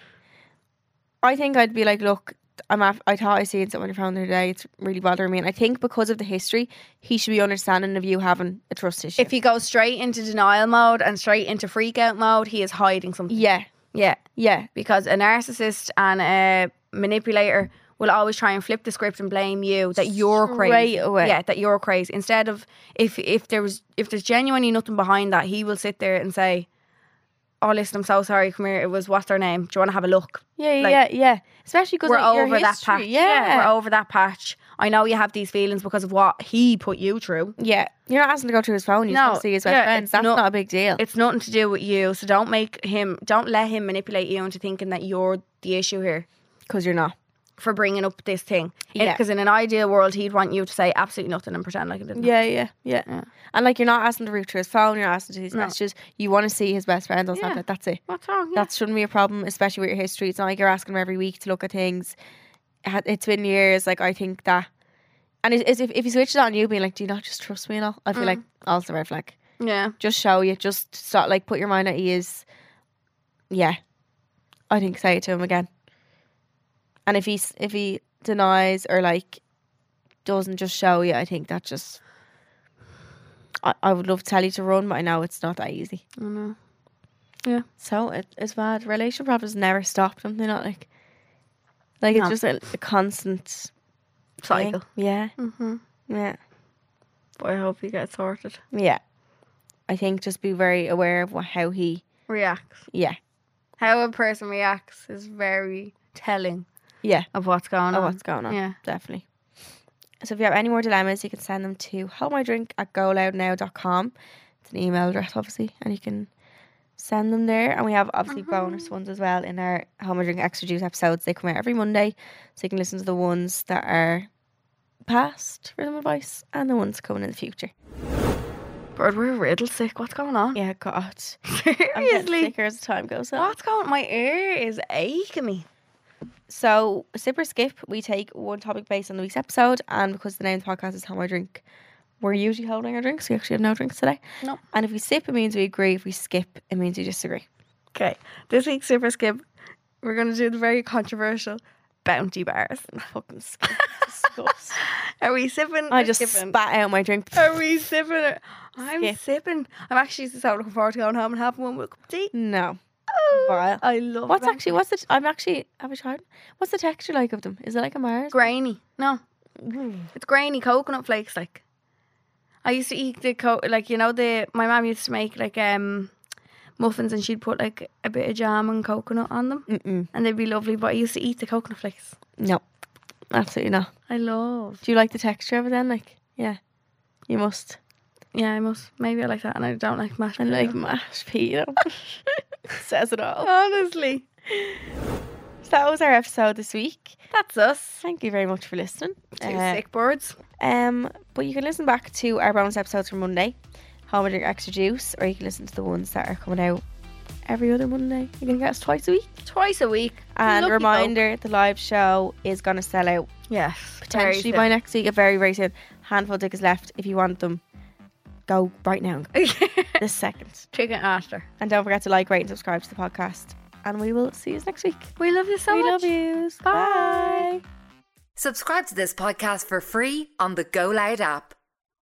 I think I'd be like, look, I'm. Af- I thought I seen something on your phone the other day. It's really bothering me, and I think because of the history, he should be understanding of you having a trust issue.
If you go straight into denial mode and straight into freak out mode, he is hiding something.
yeah,
Yeah.
yeah,
because a narcissist and a manipulator will always try and flip the script and blame you that you're crazy.
Straight away.
Yeah, that you're crazy. Instead of if if there was if there's genuinely nothing behind that, he will sit there and say, "Oh, listen, I'm so sorry. Come here. It was what's their name? Do you want to have a look?
yeah, yeah,
Like-
yeah, yeah. Especially because
We're
like, your
over that
history,
patch.
Yeah,
we're over that patch. I know you have these feelings because of what he put you through.
yeah. You're not asking to go through his phone. You just
No,
want to see his best
yeah,
friends.
it's
That's
not-
not, a big deal.
It's nothing to do with you. So don't make him. Don't let him manipulate you into thinking that you're the issue here."
Because you're not.
for bringing up this thing.
Yeah.
Because in an ideal world, he'd want you to say absolutely nothing and pretend like it didn't.
Yeah, yeah, yeah,
Yeah.
And like, you're not asking to read through his phone. You're not asking to his
No.
messages. You want to see his best friends on
Yeah.
Snapchat. That's it.
What's wrong?
That shouldn't be a problem, especially with your history. It's not like you're asking them every week to look at things. Ha- It's been years. Like I think that, and it, it's if if he switches on you, being like, "Do you not just trust me?" and all, I feel like also red flag.
yeah.
Just show you. Just start like put your mind at ease. Yeah, I think say it to him again. And if he s- if he denies or like doesn't just show you, I think that just. I, I would love to tell you to run, but I know it's not that easy.
I know.
So it, it's bad. Relationship problems never stop them. They're not like, like
No.
it's just a, a constant thing.
Cycle.
Yeah,
Mm-hmm.
yeah,
But I hope he gets sorted.
yeah. I think just be very aware of what, how he.
Reacts.
Yeah,
How a person reacts is very telling
yeah.
of what's going
Of
on.
what's going on?
Yeah.
definitely. So if you have any more dilemmas, you can send them to holdmydrink at goloudnow.com. It's an email address, obviously, and you can send them there. And we have obviously bonus ones as well in our Home and Drink Extra Juice episodes. They come out every Monday, so you can listen to the ones that are past for some advice and the ones coming in the future.
Bird, we're riddle sick. What's going on?
Yeah, God. I'm getting
Seriously.
sicker as the time goes on.
What's going My ear is aching me.
So, sip or skip, we take one topic based on the week's episode, and because the name of the podcast is How I Drink, we're usually holding our drinks. We actually have no drinks today.
No.
And if we sip, it means we agree. If we skip, it means we disagree.
Okay. This week's Super Skip, we're going to do the very controversial bounty bars.
Fucking skip. Disgust.
Are we sipping?
I
or
just
skipping?
spat out my drink.
Are we sipping? Or- I'm
Skip.
sipping. I'm actually so looking forward to going home and having one with a cup of tea.
No.
Oh,
Vile.
I love
What's
that.
actually, what's the, I'm actually, have I tried? What's the texture like of them? Is it like a Mars?
grainy. No, it's grainy coconut flakes. Like I used to eat the co- like you know the my mom used to make like um muffins and she'd put like a bit of jam and coconut on them
Mm-mm.
and they'd be lovely. But I used to eat the coconut flakes.
No. Absolutely not.
I love.
Do you like the texture of it then? Like, yeah. You must.
Yeah, I must. Maybe I like that, and I don't like mashed.
I like
potato.
mashed potato. Says it all.
honestly.
So that was our episode this week.
That's us.
Thank you very much for listening.
Two
Uh,
sick birds.
Um, but you can listen back to our bonus episodes from Monday, Home and Drink Extra Juice, or you can listen to the ones that are coming out every other Monday. You can get us twice a week.
Twice a week.
And
Lucky
reminder, the live show is going to sell out
folk. Yes.
potentially by
very
next week, very, very soon. Handful of tickets left. If you want them, go right now.
sick.
this second.
Chicken after.
And don't forget to like, rate, and subscribe to the podcast. And we will see you next week.
We love you so
we
much.
love yous.
Bye.
Bye.
Subscribe to this podcast for free on the Go Loud app.